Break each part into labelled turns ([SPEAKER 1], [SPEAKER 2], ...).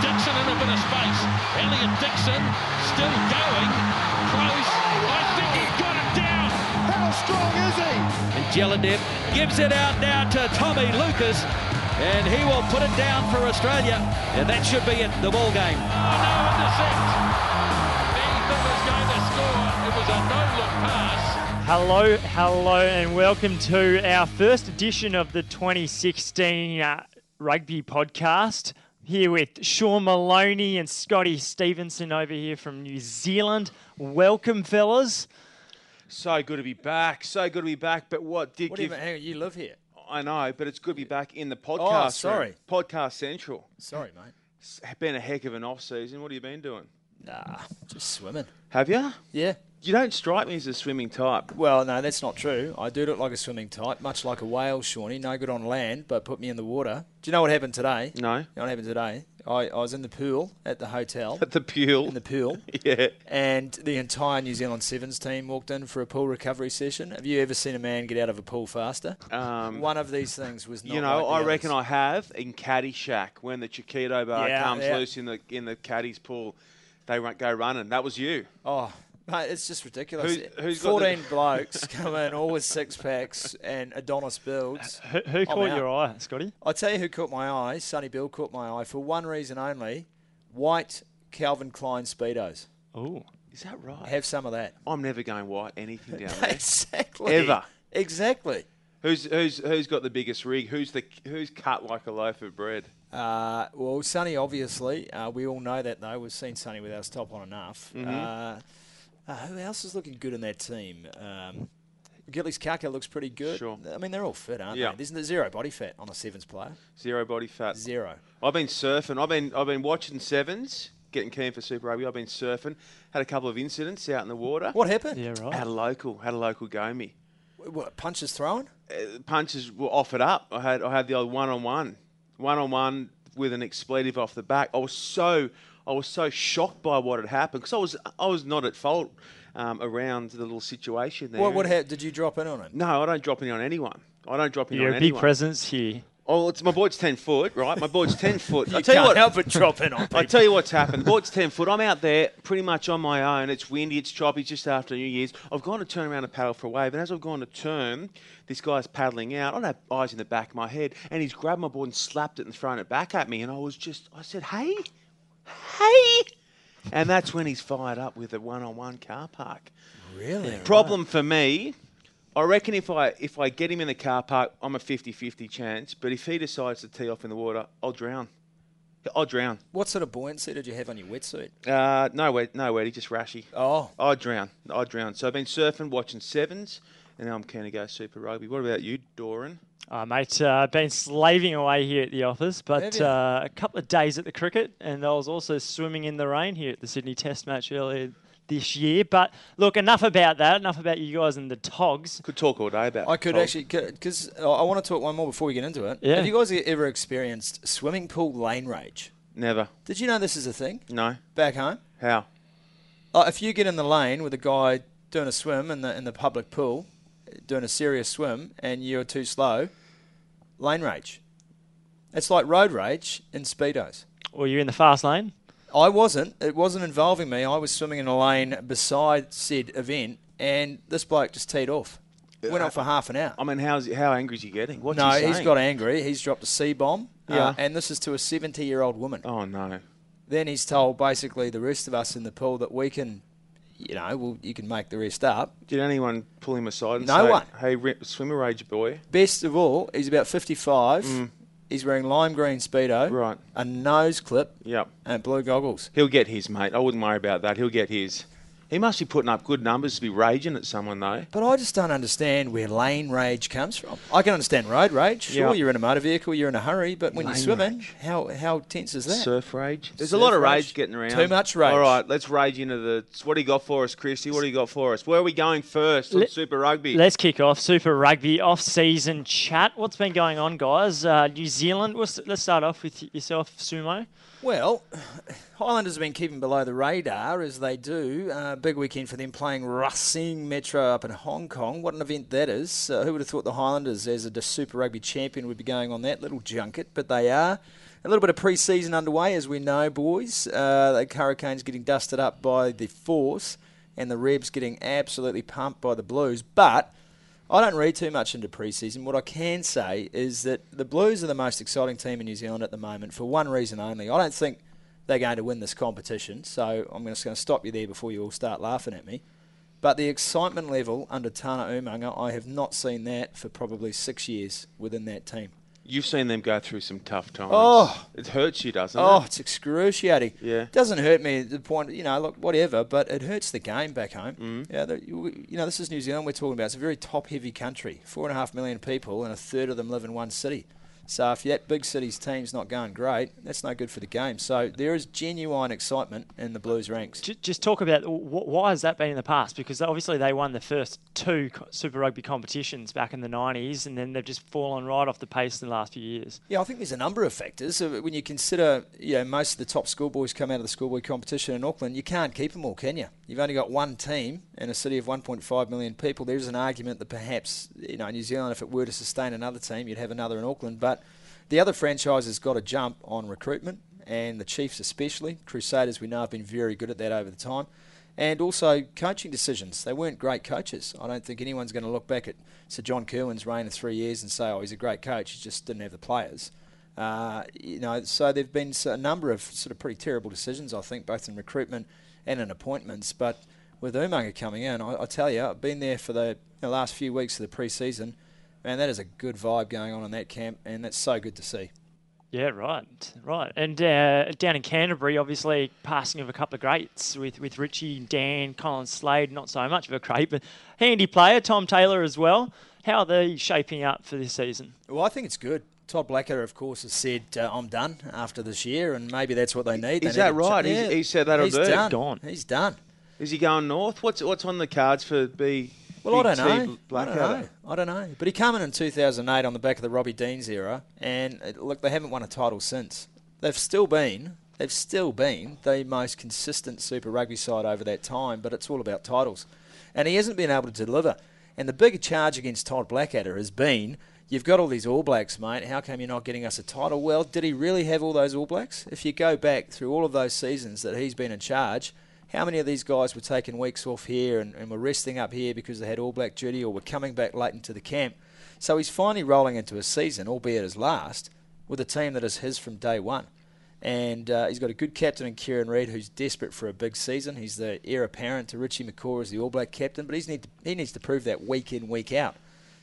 [SPEAKER 1] bit of space. Elliot Dixon still going. Close. I think he got it down.
[SPEAKER 2] How strong is he?
[SPEAKER 1] And Jelinek gives it out now to Tommy Lucas. And he will put it down for Australia. And that should be it, the ball game. Oh, no, intercept. Ethan was going to score. It was a no-look pass.
[SPEAKER 3] Hello, hello, and welcome to our first edition of the 2016 uh, Rugby Podcast. Here with Sean Maloney and Scotty Stevenson over here from New Zealand. Welcome, fellas.
[SPEAKER 4] So good to be back. So good to be back. But what did
[SPEAKER 5] What do you
[SPEAKER 4] give?
[SPEAKER 5] mean? Hang on, you live here.
[SPEAKER 4] I know, but it's good to be back in the podcast. room.
[SPEAKER 5] sorry.
[SPEAKER 4] podcast central.
[SPEAKER 5] Sorry, mate.
[SPEAKER 4] It's been a heck of an off season. What have you been doing?
[SPEAKER 5] Nah, just swimming.
[SPEAKER 4] Have you?
[SPEAKER 5] Yeah.
[SPEAKER 4] You don't strike me as a swimming type.
[SPEAKER 5] Well, no, that's not true. I do look like a swimming type, much like a whale, Shawnee. No good on land, but put me in the water. Do you know what happened today?
[SPEAKER 4] No.
[SPEAKER 5] You know what happened today? I, I was in the pool at the hotel.
[SPEAKER 4] At the Pule.
[SPEAKER 5] in the pool.
[SPEAKER 4] yeah.
[SPEAKER 5] And the entire New Zealand Sevens team walked in for a pool recovery session. Have you ever seen a man get out of a pool faster?
[SPEAKER 4] Um,
[SPEAKER 5] One of these things was not.
[SPEAKER 4] You know,
[SPEAKER 5] like
[SPEAKER 4] I
[SPEAKER 5] the
[SPEAKER 4] reckon
[SPEAKER 5] others.
[SPEAKER 4] I have in Caddyshack when the Chiquito bar
[SPEAKER 5] Yeah,
[SPEAKER 4] comes
[SPEAKER 5] yeah.
[SPEAKER 4] loose in the in the caddies pool. They run, go running. That was you.
[SPEAKER 5] Oh, mate, it's just ridiculous.
[SPEAKER 4] Who- who's got the-
[SPEAKER 5] 14 blokes come in, all with six packs and Adonis builds.
[SPEAKER 3] Who, who caught
[SPEAKER 5] out.
[SPEAKER 3] your eye, Scotty?
[SPEAKER 5] I tell you who caught my eye, Sonny Bill caught my eye for one reason only white Calvin Klein Speedos.
[SPEAKER 3] Oh,
[SPEAKER 4] Is that right?
[SPEAKER 5] Have some of that.
[SPEAKER 4] I'm never going white anything down there.
[SPEAKER 5] exactly.
[SPEAKER 4] Ever.
[SPEAKER 5] Exactly.
[SPEAKER 4] Who's who's who's got the biggest rig? Who's the who's cut like a loaf of bread?
[SPEAKER 5] Uh, well, Sonny, obviously, uh, we all know that though. We've seen Sonny without his top on enough.
[SPEAKER 4] Mm-hmm.
[SPEAKER 5] Uh, uh, who else is looking good in that team? Um, Gillies Kaka looks pretty good.
[SPEAKER 4] Sure.
[SPEAKER 5] I mean, they're all fit, aren't
[SPEAKER 4] Yeah.
[SPEAKER 5] they? There's n- zero body fat on a sevens player.
[SPEAKER 4] Zero body fat.
[SPEAKER 5] Zero.
[SPEAKER 4] I've been surfing. I've been I've been watching sevens, getting keen for Super Rugby. I've been surfing. Had a couple of incidents out in the water.
[SPEAKER 5] What happened?
[SPEAKER 3] yeah, right.
[SPEAKER 4] Had a local. Had a local go me.
[SPEAKER 5] W- What, punches thrown?
[SPEAKER 4] Uh, punches were offered up. I had I had the old one on one, one on one with an expletive off the back. I was so I was so shocked by what had happened because I was I was not at fault um, around the little situation there.
[SPEAKER 5] What, what hap- did you drop in on him?
[SPEAKER 4] No, I don't drop in on anyone. I don't drop in
[SPEAKER 3] You're
[SPEAKER 4] on
[SPEAKER 3] a big
[SPEAKER 4] anyone.
[SPEAKER 3] presence here.
[SPEAKER 4] Oh, it's my board's ten foot, right? My board's ten foot. I
[SPEAKER 5] You
[SPEAKER 4] tell you
[SPEAKER 5] can't
[SPEAKER 4] what,
[SPEAKER 5] help but drop in on
[SPEAKER 4] I tell you what's happened. The board's 10 foot. I'm out there pretty much on my own. It's windy, it's choppy, it's just after New Year's. I've gone to turn around and paddle for a wave, and as I've gone to turn, this guy's paddling out. I don't have eyes in the back of my head, and he's grabbed my board and slapped it and thrown it back at me. And I was just, I said, hey, hey. And that's when he's fired up with a one on one car park.
[SPEAKER 5] Really?
[SPEAKER 4] Problem for me, I reckon if I if I get him in the car park, I'm a 50 50 chance, but if he decides to tee off in the water, I'll drown. I'll drown.
[SPEAKER 5] What sort of buoyancy did you have on your wetsuit?
[SPEAKER 4] Uh, no wet, no wetty, just rashy.
[SPEAKER 5] Oh,
[SPEAKER 4] I drown, I drown. So I've been surfing, watching sevens, and now I'm keen to go Super Rugby. What about you, Doran?
[SPEAKER 3] Oh, mate, uh, been slaving away here at the office,
[SPEAKER 5] Have
[SPEAKER 3] but
[SPEAKER 5] you?
[SPEAKER 3] uh, a couple of days at the cricket, and I was also swimming in the rain here at the Sydney Test match earlier this year. But look, enough about that. Enough about you guys and the togs.
[SPEAKER 4] Could talk all day about.
[SPEAKER 5] I could
[SPEAKER 4] oh,
[SPEAKER 5] actually, because I want to talk one more before we get into it.
[SPEAKER 3] Yeah.
[SPEAKER 5] Have you guys e-, ever experienced swimming pool lane rage?
[SPEAKER 4] never.
[SPEAKER 5] Did you know this is a thing
[SPEAKER 4] No,
[SPEAKER 5] back home?
[SPEAKER 4] how?
[SPEAKER 5] Like if you get in the lane with a guy doing a swim in the in the public pool, doing a serious swim, and you're too slow, lane rage. It's like road rage in speedos.
[SPEAKER 3] Were you in the fast lane?
[SPEAKER 5] I wasn't. It wasn't involving me. I was swimming in a lane beside said event, and this bloke just teed off. Went on for half an hour.
[SPEAKER 4] I mean, how's how angry is he getting? What's
[SPEAKER 5] no,
[SPEAKER 4] he
[SPEAKER 5] he's
[SPEAKER 4] saying?
[SPEAKER 5] got angry. He's dropped a C bomb.
[SPEAKER 4] Yeah.
[SPEAKER 5] and this is to a 70 year old woman.
[SPEAKER 4] Oh no,
[SPEAKER 5] Then he's told basically the rest of us in the pool that we can, you know, well, you can make the rest up.
[SPEAKER 4] did anyone pull him aside? And
[SPEAKER 5] No
[SPEAKER 4] say,
[SPEAKER 5] one.
[SPEAKER 4] Hey, ri- swimmer rage boy.
[SPEAKER 5] Best of all, he's about 55. He's wearing lime green Speedo,
[SPEAKER 4] Mm. Right.
[SPEAKER 5] a nose clip,
[SPEAKER 4] Yep,
[SPEAKER 5] and blue goggles.
[SPEAKER 4] he'll get his mate. I wouldn't worry about that. He'll get his. He must be putting up good numbers to be raging at someone though.
[SPEAKER 5] But I just don't understand where lane rage comes from. I can understand road rage. Sure,
[SPEAKER 4] Yeah.
[SPEAKER 5] you're in a motor vehicle, you're in a hurry, but when
[SPEAKER 4] Lane
[SPEAKER 5] you're swimming, how how tense is that?
[SPEAKER 4] Surf rage. There's
[SPEAKER 5] Surf
[SPEAKER 4] a lot of
[SPEAKER 5] rage.
[SPEAKER 4] rage getting around.
[SPEAKER 5] Too much rage.
[SPEAKER 4] All right, let's rage into the. What do you got for us, Christy? What do you got for us? Where are we going first? on
[SPEAKER 3] Let-
[SPEAKER 4] Super Rugby.
[SPEAKER 3] Let's kick off Super Rugby off-season chat. What's been going on, guys? Uh, New Zealand. We'll, s- let's start off with y- yourself, Sumo.
[SPEAKER 5] Well, Highlanders have been keeping below the radar as they do. Uh, big weekend for them playing Racing Metro up in Hong Kong. What an event that is. Uh, who would have thought the Highlanders, as a Super Rugby champion, would be going on that little junket? But they are. A little bit of pre-season underway, as we know, boys. Uh, the Hurricanes getting dusted up by the Force, and the Rebs getting absolutely pumped by the Blues. But I don't read too much into pre-season. What I can say is that the Blues are the most exciting team in New Zealand at the moment for one reason only. I don't think they're going to win this competition, so I'm just going to stop you there before you all start laughing at me. But the excitement level under Tana Umanga, I have not seen that for probably six years within that team.
[SPEAKER 4] You've seen them go through some tough times.
[SPEAKER 5] Oh.
[SPEAKER 4] It hurts you, doesn't
[SPEAKER 5] Oh,
[SPEAKER 4] it?
[SPEAKER 5] it's excruciating.
[SPEAKER 4] Yeah.
[SPEAKER 5] doesn't hurt me at the point, you know, look, whatever, but it hurts the game back home. Mm.
[SPEAKER 4] Mm-hmm.
[SPEAKER 5] Yeah, the, you, you know, this is New Zealand we're talking about. It's a very top-heavy country, four and a half million people, and a third of them live in one city. So if that big city's team's not going great, that's no good for the game. So there is genuine excitement in the Blues ranks.
[SPEAKER 3] Ju- Just talk about wh- why has that been in the past? Because obviously they won the first two co- Super Rugby competitions back in the 90s, and then they've just fallen right off the pace in the last few years.
[SPEAKER 5] Yeah, I think there's a number of factors. Uh, When you consider, you know, most of the top schoolboys come out of the schoolboy competition in Auckland, you can't keep them all, can you? You've only got one team in a city of 1.5 million people. There's an argument that perhaps, you know, New Zealand, if it were to sustain another team, you'd have another in Auckland. But the other franchise has got to jump on recruitment, and the Chiefs especially. Crusaders, we know, have been very good at that over the time. And also coaching decisions. They weren't great coaches. I don't think anyone's going to look back at Sir John Kerwin's reign of three years and say, oh, he's a great coach. He just didn't have the players. Uh, you know, so there have been s- a number of sort of pretty terrible decisions, I think, both in recruitment and in appointments. But with Umanga coming in, I, I tell you, I've been there for the, the last few weeks of the pre-season. Man, that is a good vibe going on in that camp, and that's so good to see.
[SPEAKER 3] Yeah, right, right. And uh, down in Canterbury, obviously, passing of a couple of greats with, with Richie, Dan, Colin Slade, not so much of a great, but handy player, Tom Taylor as well. How are they shaping up for this season?
[SPEAKER 5] Well, I think it's good. Todd Blackadder, of course, has said, uh, "I'm done after this year," and maybe that's what they need. They
[SPEAKER 4] Is that
[SPEAKER 5] need to ch-
[SPEAKER 4] right? He's- he said that on
[SPEAKER 5] He's
[SPEAKER 4] Bird.
[SPEAKER 5] done.
[SPEAKER 3] Gone.
[SPEAKER 5] He's done.
[SPEAKER 4] Is he going north? What's what's on the cards for B?
[SPEAKER 5] Well, I
[SPEAKER 4] Big
[SPEAKER 5] don't
[SPEAKER 4] T
[SPEAKER 5] know. I don't
[SPEAKER 4] Blackadder?
[SPEAKER 5] know. I don't know. But he came in in 2008 on the back of the Robbie Deans era, and uh, look, they haven't won a title since. They've still been, they've still been the most consistent Super Rugby side over that time. But it's all about titles, and he hasn't been able to deliver. And the big charge against Todd Blackadder has been. You've got all these All Blacks, mate. How come you're not getting us a title? Well, did he really have all those All Blacks? If you go back through all of those seasons that he's been in charge, how many of these guys were taking weeks off here and, and were resting up here because they had all black duty or were coming back late into the camp? So he's finally rolling into a season, albeit his last, with a team that is his from day one. And uh, he's got a good captain in Kieran Reid, who's desperate for a big season. He's the heir apparent to Richie McCaw as the All Black captain, but he's need to, he needs to prove that week in, week out.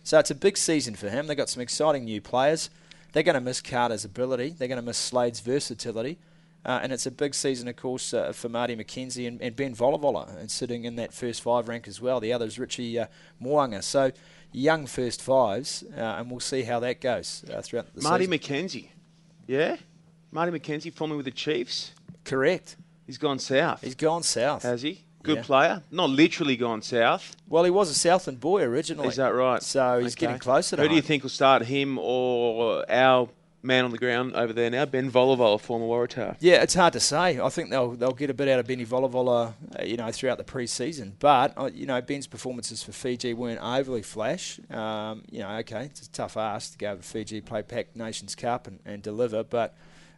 [SPEAKER 5] So it's a big season for him. They've got some exciting new players. They're going to miss Carter's ability. They're going to miss Slade's versatility. Uh, and it's a big season, of course, uh, for Marty McKenzie and, and Ben Volavola, and sitting in that first five rank as well. The other is Richie uh, Moanga. So young first fives, uh, and we'll see how that goes uh, throughout the
[SPEAKER 4] Marty
[SPEAKER 5] season.
[SPEAKER 4] McKenzie. Yeah? Marty McKenzie, formerly with the Chiefs.
[SPEAKER 5] Correct.
[SPEAKER 4] He's gone south.
[SPEAKER 5] He's gone south.
[SPEAKER 4] Has he? Good
[SPEAKER 5] Yeah.
[SPEAKER 4] player. Not literally gone south.
[SPEAKER 5] well, he was a Southland boy originally.
[SPEAKER 4] Is that right?
[SPEAKER 5] So he's
[SPEAKER 4] Okay.
[SPEAKER 5] getting closer to
[SPEAKER 4] Who do you
[SPEAKER 5] home.
[SPEAKER 4] think will start him or our man on the ground over there now, Ben Volavol, former Waratah?
[SPEAKER 5] Yeah, it's hard to say. I think they'll they'll get a bit out of Benny Volavola, uh, you know, throughout the pre-season. But uh, you know, Ben's performances for Fiji weren't overly flash. Um, you know, okay, it's a tough ask to go over to Fiji, play Pac Nations Cup, and, and deliver. But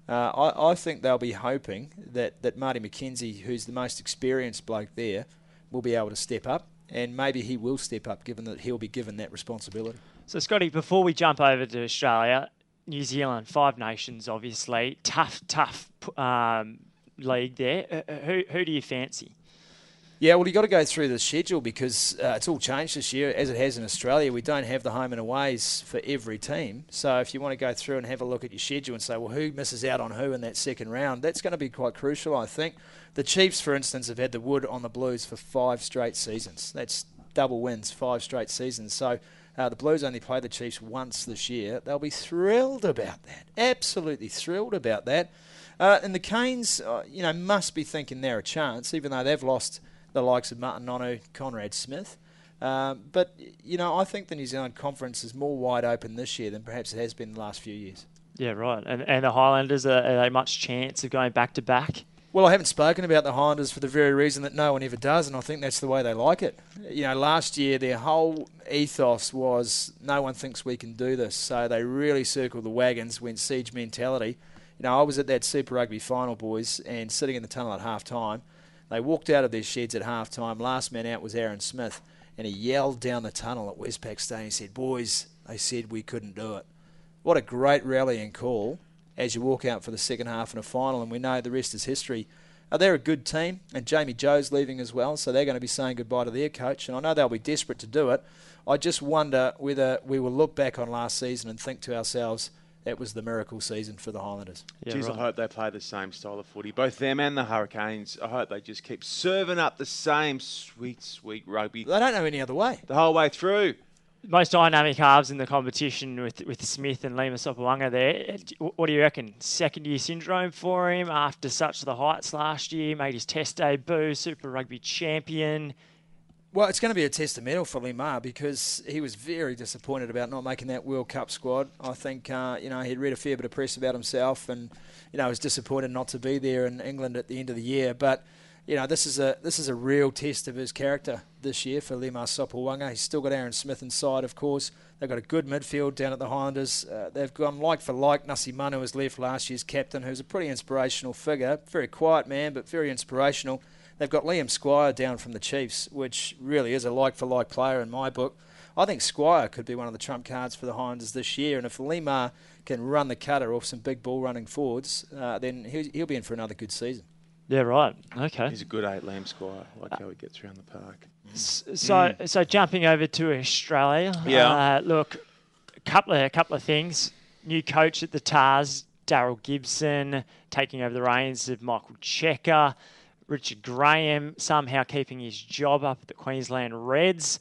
[SPEAKER 5] uh, I I think they'll be hoping that that Marty McKenzie, who's the most experienced bloke there, will be able to step up, and maybe he will step up, given that he'll be given that responsibility.
[SPEAKER 3] So, Scotty, before we jump over to Australia, New Zealand, Five Nations, obviously, tough, tough p- um, league there. Uh, uh, Who, who do you fancy?
[SPEAKER 5] Yeah, well, you got to go through the schedule because uh, it's all changed this year, as it has in Australia. We don't have the home and aways for every team. So if you want to go through and have a look at your schedule and say, well, who misses out on who in that second round, that's going to be quite crucial, I think. The Chiefs, for instance, have had the wood on the Blues for five straight seasons. That's double wins, five straight seasons. So uh, the Blues only play the Chiefs once this year. They'll be thrilled about that. Absolutely thrilled about that. Uh, and the Canes, uh, you know, must be thinking they're a chance, even though they've lost the likes of Martin Nonu, Conrad Smith. Um, but, you know, I think the New Zealand Conference is more wide open this year than perhaps it has been the last few years.
[SPEAKER 3] Yeah, right. And, and the Highlanders, are, are they much chance of going back to back?
[SPEAKER 5] Well, I haven't spoken about the Highlanders for the very reason that no one ever does, and I think that's the way they like it. You know, last year their whole ethos was no one thinks we can do this, so they really circled the wagons, went siege mentality. You know, I was at that Super Rugby final, boys, and sitting in the tunnel at half time. They walked out of their sheds at half time. Last man out was Aaron Smith, and he yelled down the tunnel at Westpac Stadium. He said, Boys, they said we couldn't do it. What a great rallying call as you walk out for the second half in a final, and we know the rest is history. Uh, they're a good team, and Jamie Joe's leaving as well, so they're going to be saying goodbye to their coach, and I know they'll be desperate to do it. I just wonder whether we will look back on last season and think to ourselves, that was the miracle season for the Highlanders.
[SPEAKER 3] Yeah,
[SPEAKER 4] Jeez,
[SPEAKER 3] right.
[SPEAKER 4] I hope they play the same style of footy, both them and the Hurricanes. I hope they just keep serving up the same sweet, sweet rugby
[SPEAKER 5] They don't know any other way.
[SPEAKER 4] the whole way through.
[SPEAKER 3] Most dynamic halves in the competition with, with Smith and Lima Sopawanga there. Uh, Wh- What do you reckon? Second year syndrome for him after such the heights last year, made his test debut, Super Rugby champion.
[SPEAKER 5] Well, it's going to be a testamental for Limar because he was very disappointed about not making that World Cup squad. I think, uh, you know, he'd read a fair bit of press about himself and, you know, was disappointed not to be there in England at the end of the year. But, you know, this is a this is a real test of his character this year for Limar Sopawanga. He's still got Aaron Smith inside, of course. They've got a good midfield down at the Highlanders. Uh, they've gone like for like. Nasi Manu was left last year's captain, who's a pretty inspirational figure. Very quiet man, but very inspirational. They've got Liam Squire down from the Chiefs, which really is a like for like player in my book. I think Squire could be one of the trump cards for the Highlanders this year, and if Lemar can run the cutter off some big ball running forwards, uh, then he'll, he'll be in for another good season.
[SPEAKER 3] Yeah, right. Okay.
[SPEAKER 4] He's a good eight, Lamb Squire. I like how he gets around the park.
[SPEAKER 3] S- So, so jumping over to Australia.
[SPEAKER 4] Yeah.
[SPEAKER 3] Uh, look, a couple of a couple of things. New coach at the Tars, Daryl Gibson, taking over the reins of Michael Checker. Richard Graham somehow keeping his job up at the Queensland Reds.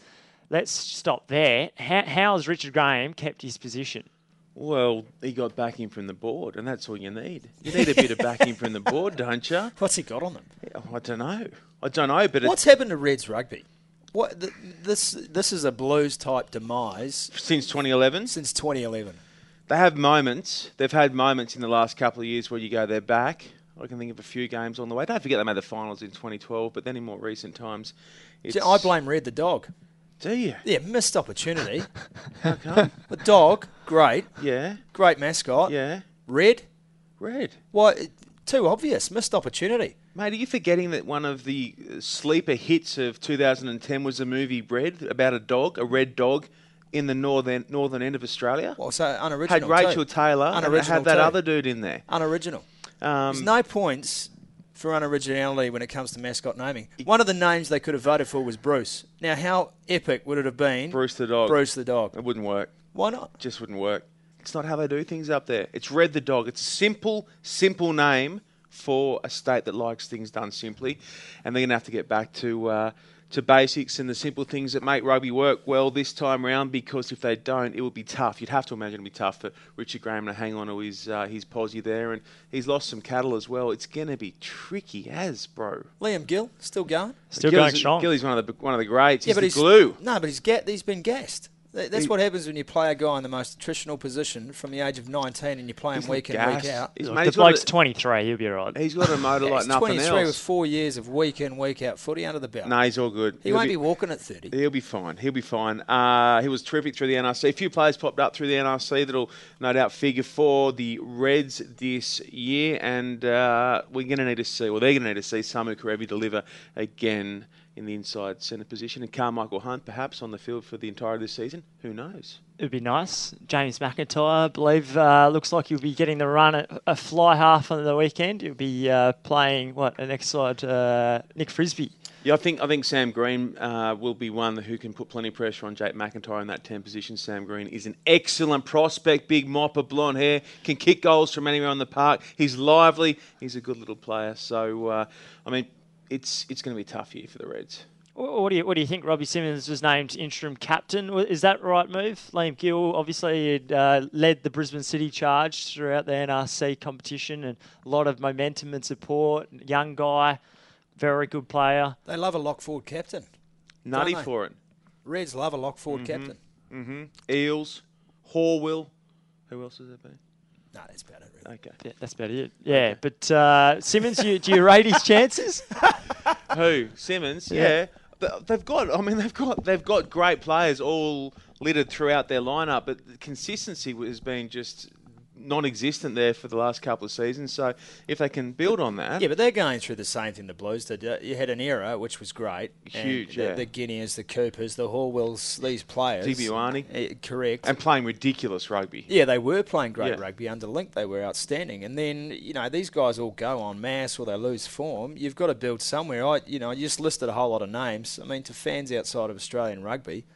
[SPEAKER 3] Let's stop there. How, how has Richard Graham kept his position?
[SPEAKER 4] Well, he got backing from the board, and that's all you need. You need a bit of backing from the board, don't you?
[SPEAKER 5] What's he got on them?
[SPEAKER 4] I don't know. I don't know, but
[SPEAKER 5] What's
[SPEAKER 4] it's
[SPEAKER 5] happened to Reds rugby? What th- this this is a Blues type demise
[SPEAKER 4] since 2011.
[SPEAKER 5] since 2011.
[SPEAKER 4] They have moments. They've had moments in the last couple of years where you go, they're back. I can think of a few games on the way. Don't forget they made the finals in 2012, but then in more recent times, it's,
[SPEAKER 5] I blame Red the dog.
[SPEAKER 4] Do you?
[SPEAKER 5] Yeah, missed opportunity.
[SPEAKER 4] How come?
[SPEAKER 5] the dog, great,
[SPEAKER 4] yeah,
[SPEAKER 5] great mascot.
[SPEAKER 4] yeah.
[SPEAKER 5] Red,
[SPEAKER 4] Red.
[SPEAKER 5] Why? it- Too obvious. Missed opportunity.
[SPEAKER 4] Mate, are you forgetting that one of the uh, sleeper hits of 2010 was the movie Red about a dog, a red dog, in the northern northern end of Australia?
[SPEAKER 5] Well, so
[SPEAKER 4] had
[SPEAKER 5] unoriginal.
[SPEAKER 4] Rachel
[SPEAKER 5] too.
[SPEAKER 4] Taylor and it
[SPEAKER 5] Unoriginal
[SPEAKER 4] had that
[SPEAKER 5] too.
[SPEAKER 4] other dude in there.
[SPEAKER 5] Unoriginal. There's
[SPEAKER 4] Um,
[SPEAKER 5] no points for unoriginality when it comes to mascot naming. One of the names they could have voted for was Bruce. Now, how epic would it have been?
[SPEAKER 4] Bruce the dog.
[SPEAKER 5] Bruce the dog.
[SPEAKER 4] It wouldn't work.
[SPEAKER 5] Why not?
[SPEAKER 4] Just wouldn't work. It's not how they do things up there. It's Red the dog. It's a simple, simple name for a state that likes things done simply, and they're going to have to get back to uh, to basics and the simple things that make rugby work well this time round. Because if they don't, it would be tough. You'd have to imagine it'd be tough for Richard Graham to hang on to his uh, his posse there, and he's lost some cattle as well. It's going to be tricky as bro.
[SPEAKER 5] Liam Gill still going?
[SPEAKER 3] Still
[SPEAKER 4] Gillies-
[SPEAKER 3] going strong.
[SPEAKER 4] Gillies one of the one of the greats. he's
[SPEAKER 5] but
[SPEAKER 4] the
[SPEAKER 5] he's
[SPEAKER 4] glue.
[SPEAKER 5] No, but he's ga- he's been gassed. Th- That's
[SPEAKER 4] He-
[SPEAKER 5] what happens when you play a guy in the most attritional position from the age of 19 and you play him
[SPEAKER 4] He's
[SPEAKER 5] week in,
[SPEAKER 4] gassed.
[SPEAKER 5] week out.
[SPEAKER 4] He's,
[SPEAKER 3] Look,
[SPEAKER 4] mate,
[SPEAKER 3] the
[SPEAKER 4] he's got
[SPEAKER 3] bloke's
[SPEAKER 4] a-
[SPEAKER 3] 23. He'll be right.
[SPEAKER 4] He's got a motor
[SPEAKER 5] Yeah,
[SPEAKER 4] like
[SPEAKER 5] he's
[SPEAKER 4] nothing
[SPEAKER 5] 23
[SPEAKER 4] else.
[SPEAKER 5] with four years of week in, week out footy under the belt.
[SPEAKER 4] No, he's all good.
[SPEAKER 5] he
[SPEAKER 4] He'll
[SPEAKER 5] won't be walking at 30.
[SPEAKER 4] He'll be fine. He'll be fine. Uh, he was terrific through the NRC. A few players popped up through the NRC that'll no doubt figure for the Reds this year, and uh, we're going to need to see, well, they're going to need to see Samu Karevi deliver again in the inside centre position, and Carmichael Hunt perhaps on the field for the entire of this season. Who knows?
[SPEAKER 3] It'd be nice. James McIntyre, I believe, uh, looks like he'll be getting the run at a fly half on the weekend. He'll be uh, playing, what, an side, uh, Nick Frisbee.
[SPEAKER 4] Yeah, I think I think Sam Green uh, will be one who can put plenty of pressure on Jake McIntyre in that ten position. Sam Green is an excellent prospect, big mopper, blonde hair, can kick goals from anywhere on the park. He's lively. He's a good little player. So uh, I mean, it's it's going to be a tough year for the Reds.
[SPEAKER 3] Wh- What do you What do you think? Robbie Simmons was named interim captain. Wh- Is that right move? Liam Gill obviously had, uh, led the Brisbane City charge throughout the NRC competition, and a lot of momentum and support. Young guy, very good player.
[SPEAKER 5] They love a lock forward captain.
[SPEAKER 4] Nutty
[SPEAKER 5] Dunno.
[SPEAKER 4] for it.
[SPEAKER 5] Reds love a lock
[SPEAKER 4] Mm-hmm.
[SPEAKER 5] forward captain.
[SPEAKER 4] Eels, Horwell. Who else has there been?
[SPEAKER 5] No, that's about it. Really.
[SPEAKER 4] Okay.
[SPEAKER 3] Yeah, that's about it. Yeah, but uh, Simmons, you, do you rate his chances?
[SPEAKER 4] Who Simmons? Yeah. But they've got. I mean, they've got. They've got great players all littered throughout their lineup, but the consistency has been just non-existent there for the last couple of seasons. So if they can build on that,
[SPEAKER 5] Yeah, but they're going through the same thing the Blues did. Uh, You had an era which was great. and
[SPEAKER 4] Huge,
[SPEAKER 5] the,
[SPEAKER 4] yeah.
[SPEAKER 5] the Guineas, the Coopers, the Horwells, these players.
[SPEAKER 4] Tibuani.
[SPEAKER 5] Uh, correct.
[SPEAKER 4] and playing ridiculous rugby.
[SPEAKER 5] yeah, they were playing great
[SPEAKER 4] Yeah.
[SPEAKER 5] rugby under Link. They were outstanding. And then you know these guys all go on mass or they lose form. You've got to build somewhere. I you know you just listed a whole lot of names. I mean, to fans outside of Australian rugby,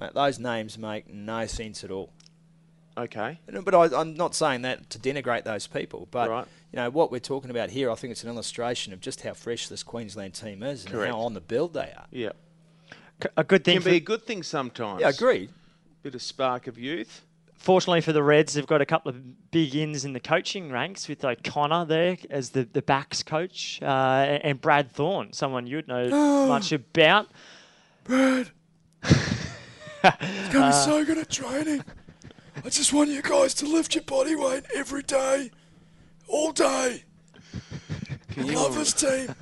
[SPEAKER 5] mate, those names make no sense at all.
[SPEAKER 4] Okay.
[SPEAKER 5] No, But I, I'm not saying that to denigrate those people. But
[SPEAKER 4] Right.
[SPEAKER 5] you know what we're talking about here. I think it's an illustration of just how fresh this Queensland team is and
[SPEAKER 4] Correct.
[SPEAKER 5] how on the build they are.
[SPEAKER 4] Yeah.
[SPEAKER 3] C- A good thing.
[SPEAKER 4] Can
[SPEAKER 3] For,
[SPEAKER 4] be a good thing sometimes.
[SPEAKER 5] Yeah, agreed.
[SPEAKER 4] Bit of spark of youth.
[SPEAKER 3] fortunately for the Reds, they've got a couple of big ins in the coaching ranks with O'Connor there as the, the backs coach uh, and and Brad Thorne, someone you'd know much about.
[SPEAKER 5] Gonna be so good at training. I just want you guys to lift your body weight every day, all day. love this team.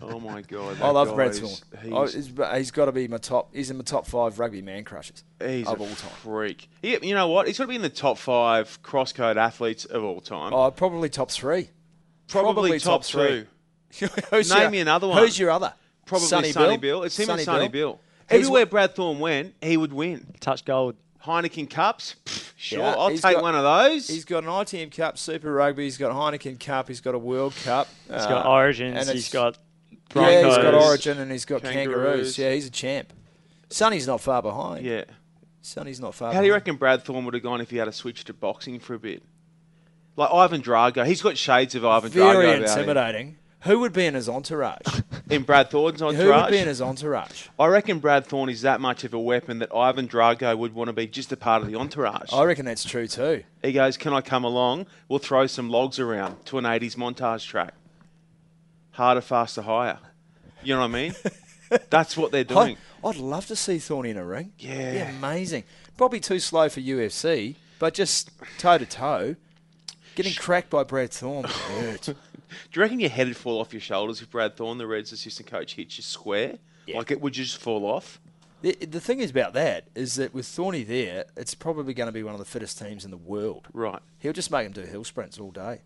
[SPEAKER 4] Oh my god.
[SPEAKER 5] I
[SPEAKER 4] that
[SPEAKER 5] love
[SPEAKER 4] guy
[SPEAKER 5] Brad
[SPEAKER 4] is-
[SPEAKER 5] Thorne. I-
[SPEAKER 4] he's-
[SPEAKER 5] he's, he's got to be my top. He's in my top five rugby man crushes
[SPEAKER 4] He's
[SPEAKER 5] of
[SPEAKER 4] a
[SPEAKER 5] all time.
[SPEAKER 4] freak. Yeah, you know what? He's got to be in the top five cross-code athletes of all time.
[SPEAKER 5] Oh, probably top three. probably top three.
[SPEAKER 4] two.
[SPEAKER 5] Who's
[SPEAKER 4] Name
[SPEAKER 5] your-
[SPEAKER 4] me another one.
[SPEAKER 5] Who's your other?
[SPEAKER 4] Probably Sonny,
[SPEAKER 5] Sonny
[SPEAKER 4] Bill. It's him and
[SPEAKER 5] Sonny
[SPEAKER 4] Sonny
[SPEAKER 5] Bill.
[SPEAKER 4] Bill.
[SPEAKER 5] He's
[SPEAKER 4] Everywhere
[SPEAKER 5] wh-
[SPEAKER 4] Brad Thorne went, he would win.
[SPEAKER 3] Touch gold.
[SPEAKER 4] Heineken Cups, pff, sure,
[SPEAKER 5] Yeah,
[SPEAKER 4] I'll
[SPEAKER 5] he's
[SPEAKER 4] take
[SPEAKER 5] got-
[SPEAKER 4] one of those.
[SPEAKER 5] He's got an ITM Cup, Super Rugby. He's got a Heineken Cup. He's got a World Cup. Uh,
[SPEAKER 3] He's got Origins. He's got Broncos.
[SPEAKER 5] yeah. He's got Origin and he's got kangaroos.
[SPEAKER 4] Kangaroos.
[SPEAKER 5] Yeah, he's a champ. Sonny's not far behind.
[SPEAKER 4] yeah.
[SPEAKER 5] Sonny's not far.
[SPEAKER 4] How do you reckon Brad Thorne would have gone if he had a switch to boxing for a bit? Like Ivan Drago, he's got shades of Ivan
[SPEAKER 5] Very
[SPEAKER 4] Drago about him.
[SPEAKER 5] intimidating. Who would be in his entourage?
[SPEAKER 4] in Brad Thorne's
[SPEAKER 5] Who would
[SPEAKER 4] entourage.
[SPEAKER 5] be in his entourage?
[SPEAKER 4] I reckon Brad Thorne is that much of a weapon that Ivan Drago would want to be just a part of the entourage.
[SPEAKER 5] I reckon that's true too.
[SPEAKER 4] He goes, "Can I come along? We'll throw some logs around to an '80s montage track. Harder, faster, higher. You know what I mean? That's what they're doing.
[SPEAKER 5] I, would love to see Thorny in a ring.
[SPEAKER 4] Yeah.
[SPEAKER 5] Be amazing. Probably too slow for UFC, but just toe to toe, getting cracked by Brad Thorne. would hurt.
[SPEAKER 4] Do you reckon your head would fall off your shoulders if Brad Thorne, the Reds' assistant coach, hits you square?
[SPEAKER 5] Yeah.
[SPEAKER 4] Like it would just fall off.
[SPEAKER 5] The, the thing is about that is that with Thorny there, it's probably going to be one of the fittest teams in the world.
[SPEAKER 4] Right.
[SPEAKER 5] He'll just make him do hill sprints all day.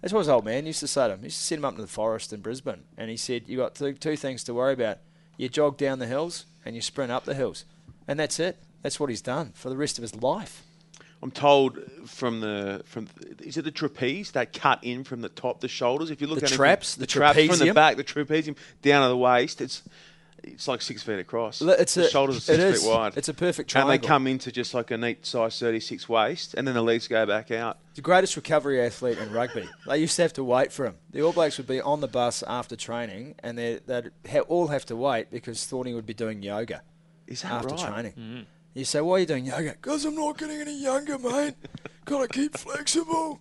[SPEAKER 5] That's what his old man used to say to him. He used to send him up to the forest in Brisbane, and he said, "You got two, two things to worry about: you jog down the hills and you sprint up the hills, and that's it. That's what he's done for the rest of his life."
[SPEAKER 4] I'm told from the from is it the trapeze that cut in from the top, the shoulders? If you look
[SPEAKER 5] The
[SPEAKER 4] at it from-
[SPEAKER 5] traps,
[SPEAKER 4] the,
[SPEAKER 5] the
[SPEAKER 4] traps from the
[SPEAKER 5] trapezium.
[SPEAKER 4] back, the trapezium down to the waist, it's it's like six feet across.
[SPEAKER 5] Look, It's
[SPEAKER 4] the
[SPEAKER 5] a
[SPEAKER 4] shoulders are
[SPEAKER 5] it
[SPEAKER 4] six feet
[SPEAKER 5] is.
[SPEAKER 4] wide.
[SPEAKER 5] It's a perfect
[SPEAKER 4] and
[SPEAKER 5] triangle.
[SPEAKER 4] they come into just like a neat size 36 waist, and then the legs go back out.
[SPEAKER 5] The greatest recovery athlete in rugby. they used to have to wait for him. The All Blacks would be on the bus after training, and they'd, they'd ha- all have to wait because Thorny would be doing yoga
[SPEAKER 4] Is that
[SPEAKER 5] after
[SPEAKER 4] right?
[SPEAKER 5] training.
[SPEAKER 3] Mm.
[SPEAKER 5] You say, "Why are you doing yoga?" Because I'm not getting any younger, mate. Gotta keep flexible.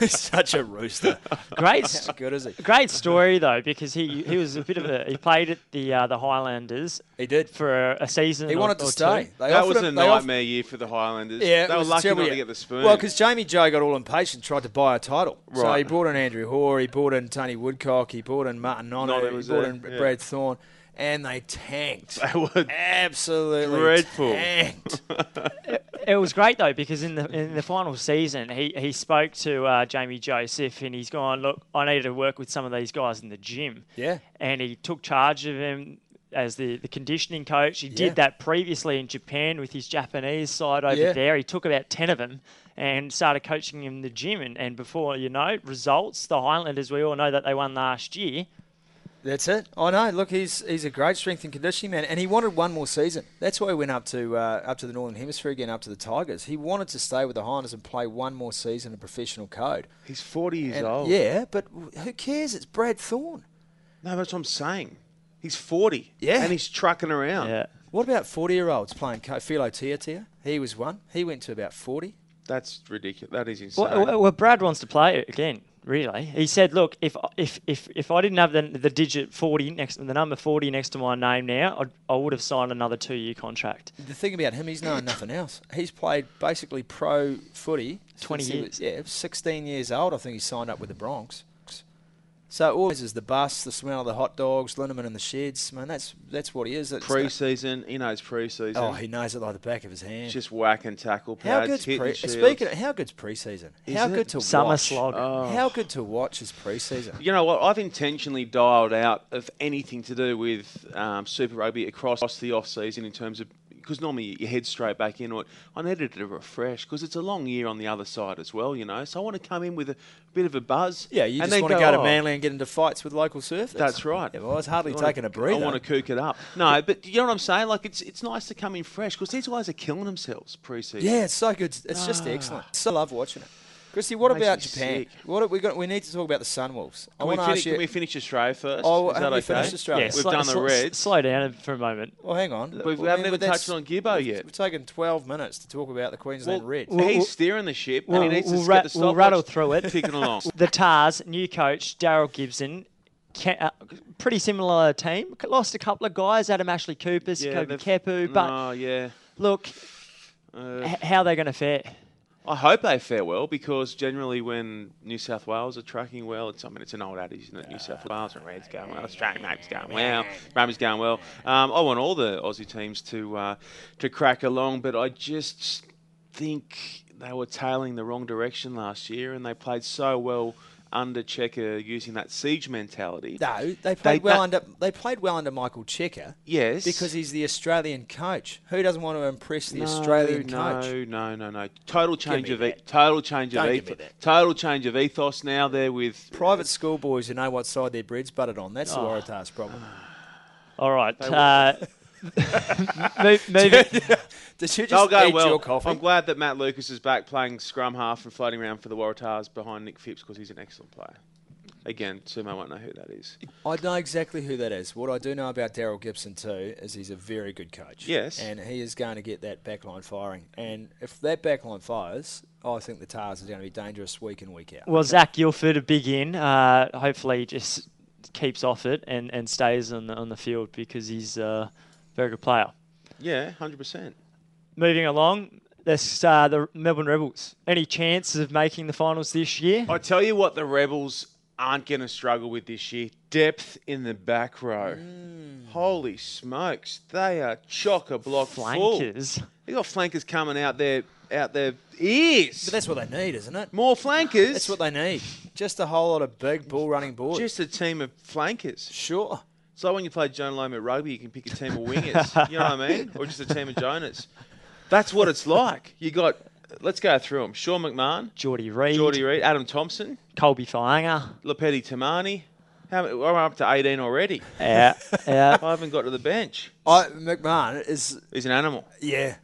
[SPEAKER 5] He's such a rooster.
[SPEAKER 3] Great,
[SPEAKER 5] How good is he?
[SPEAKER 3] Great story though, because he, he was a bit of a he played at the uh, the Highlanders.
[SPEAKER 5] He did.
[SPEAKER 3] for a season.
[SPEAKER 5] He
[SPEAKER 3] or-
[SPEAKER 5] wanted to
[SPEAKER 3] or
[SPEAKER 5] stay.
[SPEAKER 3] two.
[SPEAKER 5] They
[SPEAKER 4] That
[SPEAKER 5] offered
[SPEAKER 4] was
[SPEAKER 5] him-
[SPEAKER 4] a
[SPEAKER 5] they off-
[SPEAKER 4] nightmare year for the Highlanders.
[SPEAKER 5] Yeah, it
[SPEAKER 4] they were
[SPEAKER 5] was
[SPEAKER 4] lucky
[SPEAKER 5] terrible
[SPEAKER 4] not to
[SPEAKER 5] year.
[SPEAKER 4] get the spoon.
[SPEAKER 5] Well, because Jamie Joe got all impatient, tried to buy a title. So
[SPEAKER 4] Right.
[SPEAKER 5] he brought in Andrew Hoare, he brought in Tony Woodcock, he brought in Martin Nonno,
[SPEAKER 4] Nonno
[SPEAKER 5] he
[SPEAKER 4] was
[SPEAKER 5] brought
[SPEAKER 4] there,
[SPEAKER 5] in
[SPEAKER 4] yeah.
[SPEAKER 5] Brad Thorne, and they tanked.
[SPEAKER 4] they were
[SPEAKER 5] Absolutely
[SPEAKER 4] Dreadful.
[SPEAKER 5] tanked.
[SPEAKER 3] It was great though because in the in the final season he, he spoke to uh, Jamie Joseph and he's gone look I need to work with some of these guys in the gym
[SPEAKER 5] Yeah.
[SPEAKER 3] and he took charge of him as the, the conditioning coach he
[SPEAKER 5] Yeah.
[SPEAKER 3] did that previously in Japan with his Japanese side over
[SPEAKER 5] Yeah.
[SPEAKER 3] there he took about 10 of them and started coaching him in the gym and, and before you know it, results the Highlanders we all know that they won last year
[SPEAKER 5] That's it. I know. Look, he's he's a great strength and conditioning man, and he wanted one more season. That's why he went up to uh, up to the Northern Hemisphere again, up to the Tigers. He wanted to stay with the Highlanders and play one more season in professional code.
[SPEAKER 4] he's 40 years
[SPEAKER 5] And-
[SPEAKER 4] old.
[SPEAKER 5] Yeah, but who cares? It's Brad Thorne.
[SPEAKER 4] No, that's what I'm saying. He's 40.
[SPEAKER 5] Yeah.
[SPEAKER 4] And he's trucking around.
[SPEAKER 3] yeah
[SPEAKER 5] What about 40 year olds playing co- Philo Tiatia? He was one. He went to about 40.
[SPEAKER 4] That's ridiculous. That is insane.
[SPEAKER 3] Well, well, well, Brad wants to play it again. Really, he said, "Look, if if if, if I didn't have the, the digit forty next, the number forty next to my name now, I'd, I would have signed another two year contract."
[SPEAKER 5] The thing about him, he's known nothing else. He's played basically pro footy. since
[SPEAKER 3] 20
[SPEAKER 5] he was- yeah, 16 years old, I think he signed up with the Bronx. So it always is the bus, the smell of the hot dogs, Lindemann in the sheds. Man, that's that's what he is. It's
[SPEAKER 4] Pre-season, he knows pre-season.
[SPEAKER 5] Oh, he knows it like the back of his hand.
[SPEAKER 4] Just whack and tackle pads.
[SPEAKER 5] how good's
[SPEAKER 4] hit
[SPEAKER 5] pre?
[SPEAKER 4] and shields.
[SPEAKER 5] Speaking of how good's preseason? How
[SPEAKER 4] Isn't
[SPEAKER 5] good
[SPEAKER 4] it?
[SPEAKER 5] to
[SPEAKER 3] Summer
[SPEAKER 5] watch?
[SPEAKER 3] slog.
[SPEAKER 4] Oh.
[SPEAKER 5] How good to watch is preseason?
[SPEAKER 4] You know what? I've intentionally dialed out of anything to do with um, Super Rugby across the off season in terms of because normally you head straight back into it. I needed a refresh because it's a long year on the other side as well. You know, so I want to come in with a bit of a buzz.
[SPEAKER 5] Yeah, you
[SPEAKER 4] and
[SPEAKER 5] just
[SPEAKER 4] then
[SPEAKER 5] want to go, to
[SPEAKER 4] "Oh,
[SPEAKER 5] Manly and get into fights with local surfers.
[SPEAKER 4] That's right.
[SPEAKER 5] Yeah, well, I was hardly
[SPEAKER 4] I wanna-
[SPEAKER 5] taking a breather.
[SPEAKER 4] I want to kook it up. No, but you know what I'm saying? Like it's it's nice to come in fresh because these guys are killing themselves pre-season.
[SPEAKER 5] Yeah, it's so good. It's just excellent. So love watching it. Christy, what
[SPEAKER 4] Ah. Makes me
[SPEAKER 5] about Japan?
[SPEAKER 4] sick.
[SPEAKER 5] What have we got? We need to talk about the Sunwolves. I
[SPEAKER 4] Can we,
[SPEAKER 5] want to
[SPEAKER 4] finish,
[SPEAKER 5] ask
[SPEAKER 4] can we
[SPEAKER 5] you.
[SPEAKER 4] finish Australia first?
[SPEAKER 5] Oh,
[SPEAKER 4] Is
[SPEAKER 5] have
[SPEAKER 4] that
[SPEAKER 5] we
[SPEAKER 4] okay?
[SPEAKER 5] finished Australia?
[SPEAKER 3] Yeah,
[SPEAKER 5] We've
[SPEAKER 3] slow-
[SPEAKER 4] done the
[SPEAKER 3] slow-
[SPEAKER 4] Reds.
[SPEAKER 3] Slow down for a moment.
[SPEAKER 5] Well, hang on.
[SPEAKER 4] We've- we
[SPEAKER 5] I
[SPEAKER 4] haven't
[SPEAKER 5] mean,
[SPEAKER 4] even
[SPEAKER 5] that's-
[SPEAKER 4] touched on Gibbo
[SPEAKER 5] we've-
[SPEAKER 4] yet.
[SPEAKER 5] We've taken 12 minutes to talk about the Queensland Reds.
[SPEAKER 3] well,
[SPEAKER 4] he's steering the ship,
[SPEAKER 3] we'll-
[SPEAKER 4] and he needs
[SPEAKER 3] we'll
[SPEAKER 4] to
[SPEAKER 3] ra-
[SPEAKER 4] get the
[SPEAKER 3] we'll
[SPEAKER 4] stopwatch
[SPEAKER 3] rattle through it.
[SPEAKER 4] ticking along.
[SPEAKER 3] The Tars, new coach Daryl Gibson, ca uh, pretty similar team. C- Lost a couple of guys, Adam Ashley Coopers, Kobe
[SPEAKER 4] they've- uh,
[SPEAKER 3] Kepu. But
[SPEAKER 4] no, yeah. Uh,
[SPEAKER 3] look, h- how they're going to fare.
[SPEAKER 4] I hope they fare well because generally when New South Wales are tracking well, it's I mean it's an old adage, isn't it? New South Wales and Reds going well, Australian Mates going well, Brumbies going well. Um, I want all the Aussie teams to uh, to crack along, but I just think they were tailing the wrong direction last year, and they played so well under Checker using that siege mentality.
[SPEAKER 5] no, they played well
[SPEAKER 4] don't-
[SPEAKER 5] under. They played well under Michael Checker
[SPEAKER 4] yes,
[SPEAKER 5] because he's the Australian coach. Who doesn't want to impress the
[SPEAKER 4] No,
[SPEAKER 5] Australian
[SPEAKER 4] no,
[SPEAKER 5] coach?
[SPEAKER 4] No, no, no. Total change
[SPEAKER 5] me
[SPEAKER 4] of e-
[SPEAKER 5] that.
[SPEAKER 4] total change of
[SPEAKER 5] Don't give
[SPEAKER 4] ethos.
[SPEAKER 5] me that.
[SPEAKER 4] Total change of ethos. Now they're with
[SPEAKER 5] Private school boys who know what side their bread's buttered on. That's
[SPEAKER 3] Oh.
[SPEAKER 5] the Waratahs problem.
[SPEAKER 3] All right. Uh, mo- moving,
[SPEAKER 5] Did you
[SPEAKER 4] They'll
[SPEAKER 5] just
[SPEAKER 4] go
[SPEAKER 5] eat
[SPEAKER 4] Oh, well.
[SPEAKER 5] your coffee?
[SPEAKER 4] I'm glad that Matt Lucas is back playing scrum half and floating around for the Waratahs behind Nick Phipps because he's an excellent player. Again, Sumo won't know who that is.
[SPEAKER 5] I know exactly who that is. What I do know about Daryl Gibson too is he's a very good coach.
[SPEAKER 4] Yes.
[SPEAKER 5] and he is going to get that backline firing. And if that backline fires, I think the Tars are going to be dangerous week in week out.
[SPEAKER 3] well, Zach Guilford, a big in. Uh, hopefully, he just keeps off it and, and stays on the, on the field because he's a very good player.
[SPEAKER 4] Yeah, hundred percent.
[SPEAKER 3] Moving along, this uh, the Melbourne Rebels. Any chances of making the finals this year?
[SPEAKER 4] I tell you what, the Rebels aren't going to struggle with this year. Depth in the back row.
[SPEAKER 5] Mm.
[SPEAKER 4] Holy smokes, they are chock a block full.
[SPEAKER 3] Flankers.
[SPEAKER 4] They got flankers coming out their out their ears.
[SPEAKER 5] But that's what they need, isn't it?
[SPEAKER 4] More flankers.
[SPEAKER 5] That's what they need. Just a whole lot of big ball running boys.
[SPEAKER 4] Just a team of flankers.
[SPEAKER 5] sure.
[SPEAKER 4] So when you play Joan Loma rugby, you can pick a team of wingers. you know what I mean? Or just a team of Jonas. That's what it's like. You got. Let's go through them. Sean McMahon,
[SPEAKER 3] Geordie Reid,
[SPEAKER 4] Geordie Reid, Adam Thompson,
[SPEAKER 3] Colby Faanga.
[SPEAKER 4] Lepetti Tamani. How many, I'm up to 18 already.
[SPEAKER 3] Yeah, yeah.
[SPEAKER 4] I haven't got to the bench.
[SPEAKER 5] I, McMahon is
[SPEAKER 4] He's an animal.
[SPEAKER 5] yeah,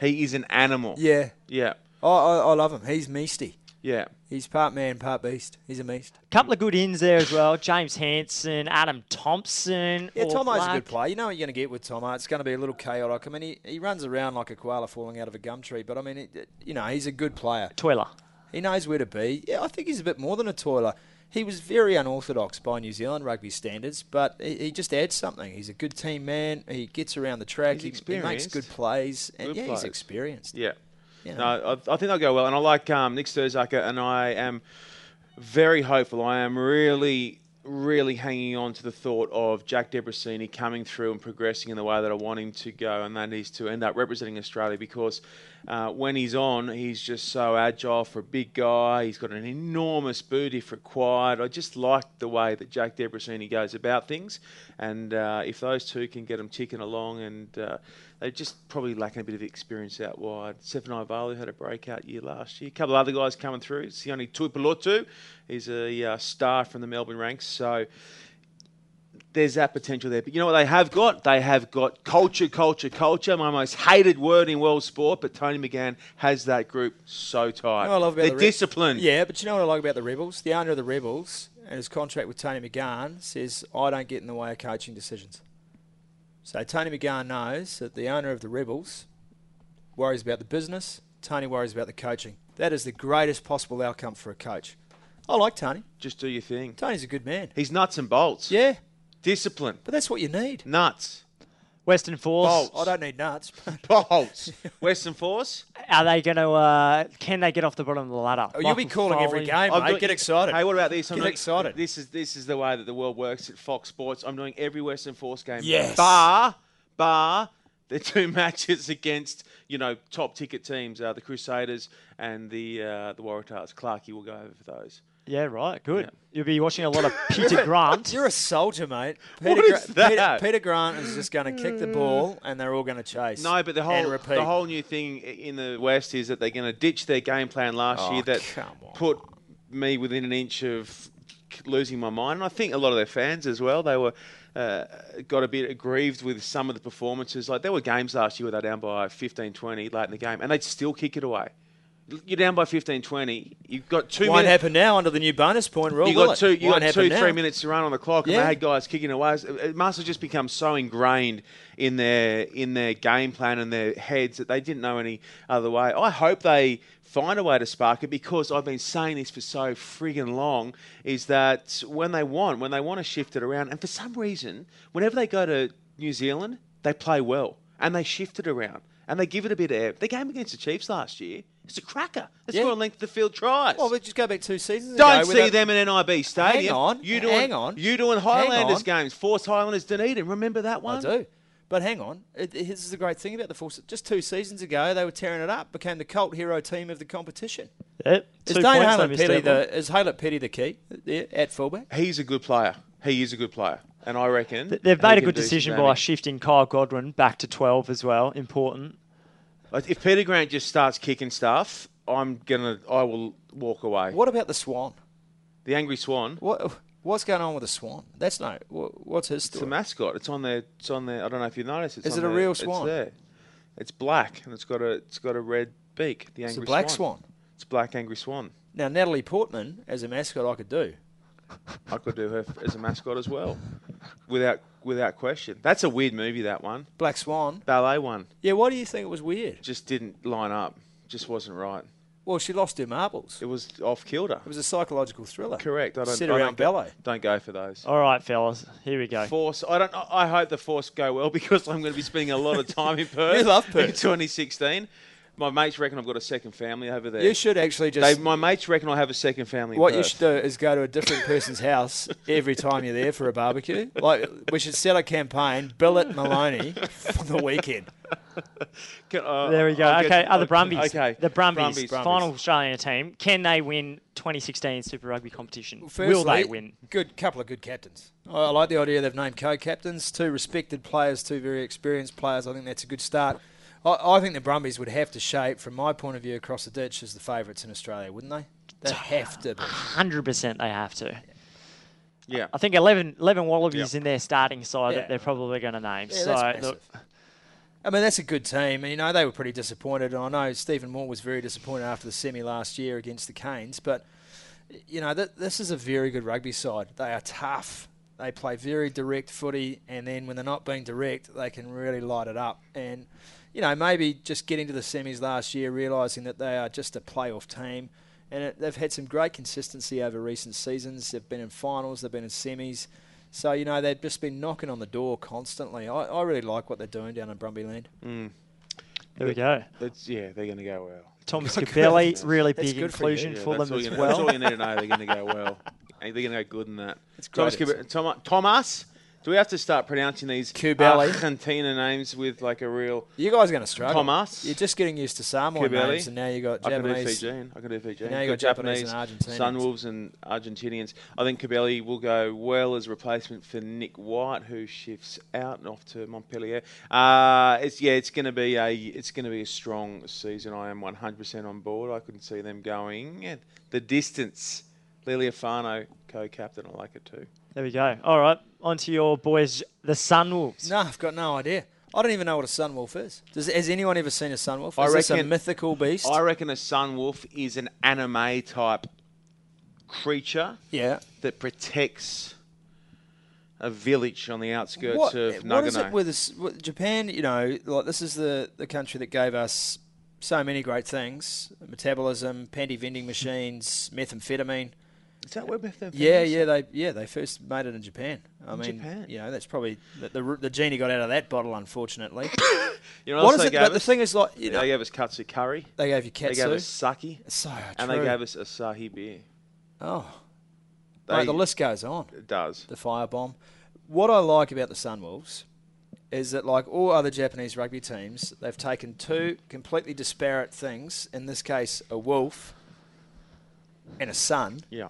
[SPEAKER 4] He is an animal.
[SPEAKER 5] yeah.
[SPEAKER 4] Yeah.
[SPEAKER 5] I, I, I love him. He's measty.
[SPEAKER 4] Yeah.
[SPEAKER 5] He's part man, part beast. He's a beast.
[SPEAKER 3] couple of good ins there as well. James Hanson, Adam Thompson.
[SPEAKER 5] Yeah,
[SPEAKER 3] or
[SPEAKER 5] Tomo's a
[SPEAKER 3] Clark.
[SPEAKER 5] good player. You know what you're going to get with Tomo. It's going to be a little chaotic. I mean, he, he runs around like a koala falling out of a gum tree, but I mean, it, you know, he's a good player.
[SPEAKER 3] Twiller.
[SPEAKER 5] He knows where to be. Yeah, I think he's a bit more than a toiler. He was very unorthodox by New Zealand rugby standards, but he, he just adds something. He's a good team man. He gets around the track.
[SPEAKER 4] He's
[SPEAKER 5] He- he, makes
[SPEAKER 4] experienced.
[SPEAKER 5] good plays, and
[SPEAKER 4] Good
[SPEAKER 5] yeah,
[SPEAKER 4] plays.
[SPEAKER 5] he's experienced.
[SPEAKER 4] Yeah.
[SPEAKER 5] Yeah.
[SPEAKER 4] No, I, I think they'll go well. And I like um, Nick Sturzaker, and I am very hopeful. I am really, really hanging on to the thought of Jack DeBrasini coming through and progressing in the way that I want him to go, and that is to end up representing Australia because uh, when he's on, he's just so agile for a big guy. He's got an enormous booty for quad. I just like the way that Jack DeBrasini goes about things, and uh, if those two can get him ticking along, and uh, they're just probably lacking a bit of experience out wide. Stefan Ivalu had a breakout year last year. A couple of other guys coming through. Sione Tuipulotu is a uh, star from the Melbourne ranks. So there's that potential there. But you know what they have got? They have got culture, culture, culture. My most hated word in world sport, but Tony McGann has that group so tight.
[SPEAKER 5] You know what Oh, I love about
[SPEAKER 4] They're
[SPEAKER 5] the Re-
[SPEAKER 4] disciplined.
[SPEAKER 5] Yeah, but you know what I like about the Rebels? The owner of the Rebels and his contract with Tony McGahn says, I don't get in the way of coaching decisions. So Tony McGahn knows that the owner of the Rebels worries about the business, Tony worries about the coaching. That is the greatest possible outcome for a coach. I like Tony.
[SPEAKER 4] Just do your thing.
[SPEAKER 5] Tony's a good man.
[SPEAKER 4] He's nuts and bolts.
[SPEAKER 5] Yeah,
[SPEAKER 4] Discipline.
[SPEAKER 5] but that's what you need.
[SPEAKER 4] Nuts.
[SPEAKER 3] Western Force.
[SPEAKER 4] Bolt.
[SPEAKER 5] Oh, I don't need nuts. but-
[SPEAKER 4] Bolts. Western Force.
[SPEAKER 3] Are they going to? Uh, can they get off the bottom of the ladder?
[SPEAKER 5] Oh, you'll be
[SPEAKER 3] Michael
[SPEAKER 5] calling every
[SPEAKER 3] Foley.
[SPEAKER 5] game,
[SPEAKER 4] I've
[SPEAKER 5] mate.
[SPEAKER 4] got-
[SPEAKER 5] Get excited.
[SPEAKER 4] Hey, what about this?
[SPEAKER 5] Get
[SPEAKER 4] doing-
[SPEAKER 5] excited.
[SPEAKER 4] This is this is the way that the world works at Fox Sports. I'm doing every Western Force game.
[SPEAKER 5] Yes.
[SPEAKER 4] Bar, bar the two matches against you know top ticket teams, uh, the Crusaders and the uh, the Waratahs. Clarkey will go over those.
[SPEAKER 3] Yeah, right. Good.
[SPEAKER 4] Yeah.
[SPEAKER 3] You'll be watching a lot of Peter Grant.
[SPEAKER 5] You're a soldier, mate.
[SPEAKER 4] What is that?
[SPEAKER 5] Peter, Peter Grant is just going to kick the ball, and they're all going to chase.
[SPEAKER 4] No, but the
[SPEAKER 5] and
[SPEAKER 4] whole
[SPEAKER 5] repeat.
[SPEAKER 4] the whole new thing i- in the West is that they're going to ditch their game plan last
[SPEAKER 5] Oh,
[SPEAKER 4] year that
[SPEAKER 5] come on.
[SPEAKER 4] put me within an inch of k- losing my mind. And I think a lot of their fans as well. They were uh, got a bit aggrieved with some of the performances. Like there were games last year where they're down by 15, 20 late in the game, and they'd still kick it away. L- You're down by 15, 20. You've got two
[SPEAKER 5] Won't
[SPEAKER 4] minutes.
[SPEAKER 5] happen now under the new bonus point rule.
[SPEAKER 4] You
[SPEAKER 5] will
[SPEAKER 4] got
[SPEAKER 5] it?
[SPEAKER 4] two. You got
[SPEAKER 5] Won't happen
[SPEAKER 4] two,
[SPEAKER 5] now.
[SPEAKER 4] three minutes to run on the clock, and
[SPEAKER 5] Yeah.
[SPEAKER 4] they had guys kicking away. It- It must have uh, just become so ingrained in their in their game plan and their heads that they didn't know any other way. I hope they find a way to spark it because I've been saying this for so friggin' long. Is that when they want, when they want to shift it around, and for some reason, whenever they go to New Zealand, they play well and they shift it around. And they give it a bit of air. The game against the Chiefs last year, it's a cracker. They
[SPEAKER 5] Yeah.
[SPEAKER 4] scored on length of the field tries.
[SPEAKER 5] Well, we just go back two seasons ago.
[SPEAKER 4] Don't
[SPEAKER 5] with
[SPEAKER 4] see
[SPEAKER 5] a-
[SPEAKER 4] them in NIB Stadium.
[SPEAKER 5] Hang on,
[SPEAKER 4] You doing,
[SPEAKER 5] hang on,
[SPEAKER 4] You doing Highlanders
[SPEAKER 5] on.
[SPEAKER 4] games. Force Highlanders Dunedin. Remember that one?
[SPEAKER 5] I do. But hang on, it, it- this is the great thing about the Force. Just two seasons ago, they were tearing it up, became the cult hero team of the competition.
[SPEAKER 3] Yep,
[SPEAKER 5] Is
[SPEAKER 3] two
[SPEAKER 5] Dane
[SPEAKER 3] points,
[SPEAKER 5] Halen
[SPEAKER 3] they missed
[SPEAKER 5] Petty
[SPEAKER 3] that one.
[SPEAKER 5] the is Halen Petty the key there at fullback?
[SPEAKER 4] He's a good player. He is a good player. And I reckon.
[SPEAKER 3] Th-
[SPEAKER 4] he
[SPEAKER 3] They've made a
[SPEAKER 4] can
[SPEAKER 3] good
[SPEAKER 4] do some
[SPEAKER 3] decision by
[SPEAKER 4] damage.
[SPEAKER 3] shifting Kyle Godwin back to 12 as well. Important.
[SPEAKER 4] Like, If Peter Grant just starts kicking stuff, I'm gonna. I will walk away.
[SPEAKER 5] What about the Swan?
[SPEAKER 4] The Angry Swan.
[SPEAKER 5] What what's going on with the Swan? That's no. What, what's his
[SPEAKER 4] It's a
[SPEAKER 5] story?
[SPEAKER 4] mascot. It's on there. It's on there. I don't know if you noticed. It's
[SPEAKER 5] Is
[SPEAKER 4] on
[SPEAKER 5] it a
[SPEAKER 4] there.
[SPEAKER 5] real swan?
[SPEAKER 4] It's there. It's black and it's got a. It's got a red beak. The angry
[SPEAKER 5] It's a black swan.
[SPEAKER 4] It's a black angry swan.
[SPEAKER 5] Now Natalie Portman as a mascot, I could do.
[SPEAKER 4] I could do her f- as a mascot as well, without without question. That's a weird movie. That one
[SPEAKER 5] Black Swan.
[SPEAKER 4] ballet one
[SPEAKER 5] Yeah, why do you think it was weird?
[SPEAKER 4] just didn't line up. Just wasn't right.
[SPEAKER 5] Well, she lost her marbles.
[SPEAKER 4] It was off kilter.
[SPEAKER 5] It was a psychological thriller.
[SPEAKER 4] Correct. I don't.
[SPEAKER 5] Sit
[SPEAKER 4] I
[SPEAKER 5] around
[SPEAKER 4] don't go-
[SPEAKER 5] ballet.
[SPEAKER 4] Don't go for those.
[SPEAKER 3] All right, fellas, here we go.
[SPEAKER 4] Force. I don't. I I hope the force go well because I'm going to be spending a lot of time in Perth.
[SPEAKER 5] love
[SPEAKER 4] in
[SPEAKER 5] Perth.
[SPEAKER 4] 2016. My mates reckon I've got a second family over there.
[SPEAKER 5] You should actually
[SPEAKER 4] they,
[SPEAKER 5] just.
[SPEAKER 4] my mates reckon I have a second family. in
[SPEAKER 5] What you
[SPEAKER 4] Perth.
[SPEAKER 5] should do is go to a different person's house every time you're there for a barbecue. Like we should set a campaign, Billet Maloney for the weekend.
[SPEAKER 4] Can- uh,
[SPEAKER 3] There we go.
[SPEAKER 4] I'll get-
[SPEAKER 3] okay, are the
[SPEAKER 4] uh,
[SPEAKER 3] Brumbies?
[SPEAKER 4] Okay,
[SPEAKER 3] the Brumbies,
[SPEAKER 4] Brumbies.
[SPEAKER 3] final Australian team. Can they win 2016 Super Rugby competition?
[SPEAKER 5] Firstly,
[SPEAKER 3] Will they win?
[SPEAKER 5] Good couple of good captains. I, I like the idea they've named co-captains, two respected players, two very experienced players. I think that's a good start. I, I think the Brumbies would have to shape, from my point of view, across the ditch as the favourites in Australia, wouldn't they? They
[SPEAKER 3] Ah,
[SPEAKER 5] have to. Be.
[SPEAKER 3] 100% they have to.
[SPEAKER 4] Yeah.
[SPEAKER 3] I think 11, 11 Wallabies in their starting side
[SPEAKER 5] Yeah.
[SPEAKER 3] that they're probably going to name.
[SPEAKER 5] Yeah,
[SPEAKER 3] so
[SPEAKER 5] that's
[SPEAKER 3] look,
[SPEAKER 5] massive. I mean, that's a good team. You know, they were pretty disappointed. And I know Stephen Moore was very disappointed after the semi last year against the Canes. But, you know, th- this is a very good rugby side. They are tough. They play very direct footy. And then when they're not being direct, they can really light it up. And, you know, maybe just getting to the semis last year, realising that they are just a playoff team. And it, they've had some great consistency over recent seasons. They've been in finals, they've been in semis. So, you know, they've just been knocking on the door constantly. I, I really like what they're doing down in Brumby Land.
[SPEAKER 3] there we go.
[SPEAKER 4] That's, yeah, they're going to go well.
[SPEAKER 3] Thomas Cabelli, really
[SPEAKER 5] That's
[SPEAKER 3] big
[SPEAKER 5] good for you.
[SPEAKER 3] inclusion
[SPEAKER 4] Yeah,
[SPEAKER 3] for
[SPEAKER 4] that's
[SPEAKER 3] them
[SPEAKER 4] all
[SPEAKER 3] as
[SPEAKER 4] you know- That's
[SPEAKER 3] well.
[SPEAKER 4] all you need to know. They're going to go well. And they're going to go good in that.
[SPEAKER 5] It's
[SPEAKER 4] Thomas,
[SPEAKER 5] great,
[SPEAKER 4] Cube- Tom- Thomas, do we have to start pronouncing these
[SPEAKER 5] Kubeli.
[SPEAKER 4] Argentina names with like a real?
[SPEAKER 5] You guys are going to struggle.
[SPEAKER 4] Mm. Thomas.
[SPEAKER 5] You're just getting used to Samoan
[SPEAKER 4] Kibele.
[SPEAKER 5] names, and now you got
[SPEAKER 4] I can do
[SPEAKER 5] Japanese.
[SPEAKER 4] Fijian. I can do Fijian.
[SPEAKER 5] Now you got Japanese and Argentinians.
[SPEAKER 4] Sunwolves and Argentinians. I think Cabelli will go well as a replacement for Nick White, who shifts out and off to Montpellier. Uh, it's yeah, it's going to be a it's going to be a strong season. I am 100% on board. I could see them going the distance. Liliafano, co-captain, I like it too.
[SPEAKER 3] There we go. All right, on to your boys, the Sunwolves.
[SPEAKER 5] No, I've got no idea. I don't even know what a sunwolf is. Does, has anyone ever seen a sunwolf?
[SPEAKER 4] I
[SPEAKER 5] Is this a
[SPEAKER 4] reckon-
[SPEAKER 5] mythical beast?
[SPEAKER 4] I reckon a sunwolf is an anime type creature
[SPEAKER 5] yeah.
[SPEAKER 4] that protects a village on the outskirts
[SPEAKER 5] What,
[SPEAKER 4] of Nagano.
[SPEAKER 5] what is it with, us- with Japan? You know, like this is the, the country that gave us so many great things: metabolism, panty vending machines, methamphetamine.
[SPEAKER 4] Is that web FM?
[SPEAKER 5] Yeah,
[SPEAKER 4] famous?
[SPEAKER 5] yeah, they yeah they first made it in Japan. I
[SPEAKER 4] In
[SPEAKER 5] mean,
[SPEAKER 4] Japan.
[SPEAKER 5] you know, that's probably the, the the genie got out of that bottle, unfortunately.
[SPEAKER 4] You know
[SPEAKER 5] what is
[SPEAKER 4] they
[SPEAKER 5] it?
[SPEAKER 4] gave
[SPEAKER 5] But the
[SPEAKER 4] us?
[SPEAKER 5] thing is, like, you know,
[SPEAKER 4] They gave us katsu curry.
[SPEAKER 5] they gave you
[SPEAKER 4] They gave us
[SPEAKER 5] katsu.
[SPEAKER 4] sake.
[SPEAKER 5] It's So
[SPEAKER 4] And
[SPEAKER 5] true.
[SPEAKER 4] they gave us Asahi beer.
[SPEAKER 5] oh,
[SPEAKER 4] They,
[SPEAKER 5] mate, the list goes on.
[SPEAKER 4] it does.
[SPEAKER 5] The firebomb. What I like about the Sunwolves is that, like all other Japanese rugby teams, they've taken two completely disparate things. In this case, a wolf and a sun,
[SPEAKER 4] Yeah,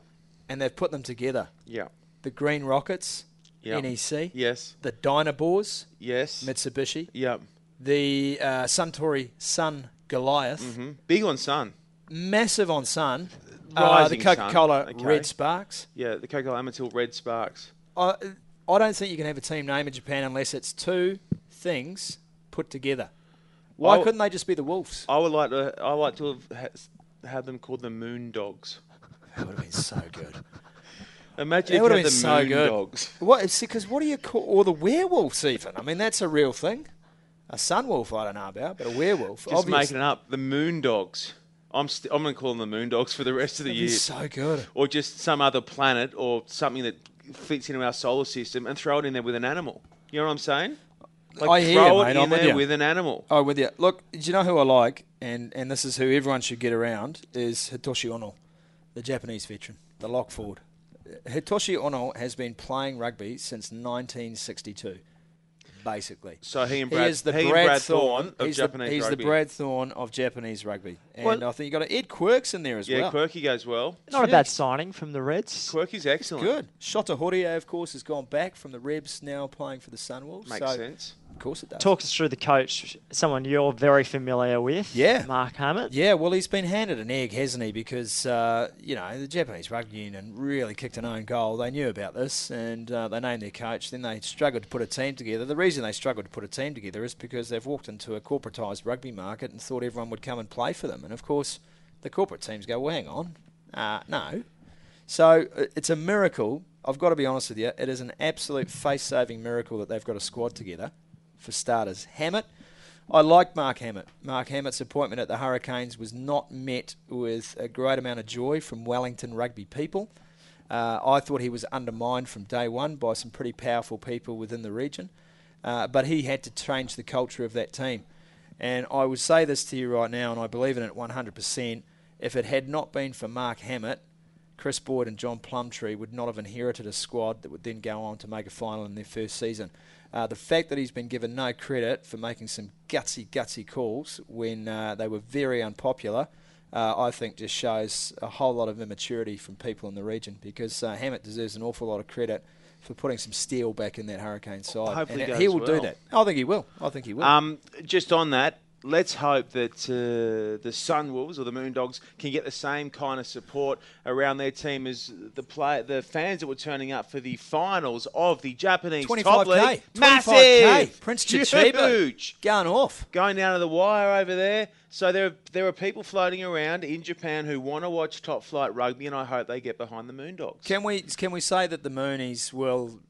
[SPEAKER 5] and they've put them together.
[SPEAKER 4] yeah,
[SPEAKER 5] The Green Rockets,
[SPEAKER 4] yeah.
[SPEAKER 5] NEC.
[SPEAKER 4] Yes,
[SPEAKER 5] The Dynabors,
[SPEAKER 4] yes.
[SPEAKER 5] Mitsubishi.
[SPEAKER 4] yeah.
[SPEAKER 5] the uh, Suntory Sun Goliath,
[SPEAKER 4] hmm Big on sun.
[SPEAKER 5] massive on Sun, uh, the
[SPEAKER 4] Rising Sun,
[SPEAKER 5] Coca Cola
[SPEAKER 4] okay.
[SPEAKER 5] Red Sparks.
[SPEAKER 4] Yeah, the Coca-Cola Amatil Red Sparks.
[SPEAKER 5] I, I don't think you can have a team name in Japan unless it's two things put together. Why
[SPEAKER 4] I-
[SPEAKER 5] couldn't they just be the Wolves?
[SPEAKER 4] I would like to. I like to have ha- had them called the Moon Dogs.
[SPEAKER 5] That would have been so good.
[SPEAKER 4] Imagine
[SPEAKER 5] That
[SPEAKER 4] if
[SPEAKER 5] would
[SPEAKER 4] you had
[SPEAKER 5] have been
[SPEAKER 4] the
[SPEAKER 5] so
[SPEAKER 4] Moon
[SPEAKER 5] good.
[SPEAKER 4] Dogs.
[SPEAKER 5] What? Because what do you call or the werewolves even? I mean, that's a real thing. A sunwolf, I don't know about, but a werewolf.
[SPEAKER 4] Just
[SPEAKER 5] obviously.
[SPEAKER 4] making it up. The Moon Dogs. I'm st- I'm gonna call them the Moon Dogs for the rest of the
[SPEAKER 5] That'd
[SPEAKER 4] year,
[SPEAKER 5] be so good.
[SPEAKER 4] or just some other planet or something that fits into our solar system, and throw it in there with an animal. You know what I'm saying? Like
[SPEAKER 5] I hear
[SPEAKER 4] throw
[SPEAKER 5] you,
[SPEAKER 4] it
[SPEAKER 5] mate,
[SPEAKER 4] in
[SPEAKER 5] I'm with
[SPEAKER 4] there
[SPEAKER 5] you.
[SPEAKER 4] with an animal.
[SPEAKER 5] Oh, with you. Look, do you know who I like, and and this is who everyone should get around is Hitoshi Ono, the Japanese veteran, the lock forward. Hitoshi Ono has been playing rugby since 1962, basically.
[SPEAKER 4] So he and Brad,
[SPEAKER 5] he is the
[SPEAKER 4] he and
[SPEAKER 5] Brad,
[SPEAKER 4] Brad
[SPEAKER 5] Thorne.
[SPEAKER 4] of
[SPEAKER 5] he's
[SPEAKER 4] Japanese
[SPEAKER 5] the, he's
[SPEAKER 4] rugby.
[SPEAKER 5] the Brad Thorne of Japanese rugby, and
[SPEAKER 4] Well-
[SPEAKER 5] I think you have got Ed Quirks in there as
[SPEAKER 4] yeah,
[SPEAKER 5] well.
[SPEAKER 4] Quirky goes well.
[SPEAKER 3] Not a bad signing from the Reds.
[SPEAKER 4] Quirky's excellent.
[SPEAKER 5] Good. Shota Horie, of course, has gone back from the Rebs, now playing for the Sunwolves.
[SPEAKER 4] Makes
[SPEAKER 5] so,
[SPEAKER 4] sense.
[SPEAKER 5] Of course it does.
[SPEAKER 3] Talk us through the coach, someone you're very familiar with.
[SPEAKER 5] Yeah.
[SPEAKER 3] Mark Hammett.
[SPEAKER 5] Yeah, well, he's been handed an egg, hasn't he? Because uh, you know the Japanese rugby union really kicked an own goal. They knew about this, and uh, they named their coach. Then they struggled to put a team together. The reason they struggled to put a team together is because they've walked into a corporatised rugby market and thought everyone would come and play for them. And of course, the corporate teams go, "Well, hang on, uh, no." So i- it's a miracle. I've got to be honest with you. It is an absolute face-saving miracle that they've got a squad together. For starters, Hammett. I like Mark Hammett. Mark Hammett's appointment at the Hurricanes was not met with a great amount of joy from Wellington rugby people. Uh, I thought he was undermined from day one by some pretty powerful people within the region, uh, but he had to change the culture of that team. And I would say this to you right now, and I believe in it 100%. If it had not been for Mark Hammett, Chris Boyd and John Plumtree would not have inherited a squad that would then go on to make a final in their first season. Uh, the fact that he's been given no credit for making some gutsy, gutsy calls when uh, they were very unpopular, uh, I think just shows a whole lot of immaturity from people in the region because uh, Hammett deserves an awful lot of credit for putting some steel back in that Hurricane side.
[SPEAKER 4] Hopefully
[SPEAKER 5] and
[SPEAKER 4] goes
[SPEAKER 5] he will do
[SPEAKER 4] well.
[SPEAKER 5] that. I think he will. I think he will.
[SPEAKER 4] Um, just on that, let's hope that uh, the Sun Wolves or the Moon Dogs can get the same kind of support around their team as the play, the fans that were turning up for the finals of the Japanese top
[SPEAKER 5] 25K.
[SPEAKER 4] league.
[SPEAKER 5] 25K.
[SPEAKER 4] Massive,
[SPEAKER 5] Prince
[SPEAKER 4] huge.
[SPEAKER 5] Chichibu. Going off.
[SPEAKER 4] Going down to the wire over there. So there, are, there are people floating around in Japan who want to watch top flight rugby, and I hope they get behind the Moon Dogs.
[SPEAKER 5] Can we can we say that the Moonies will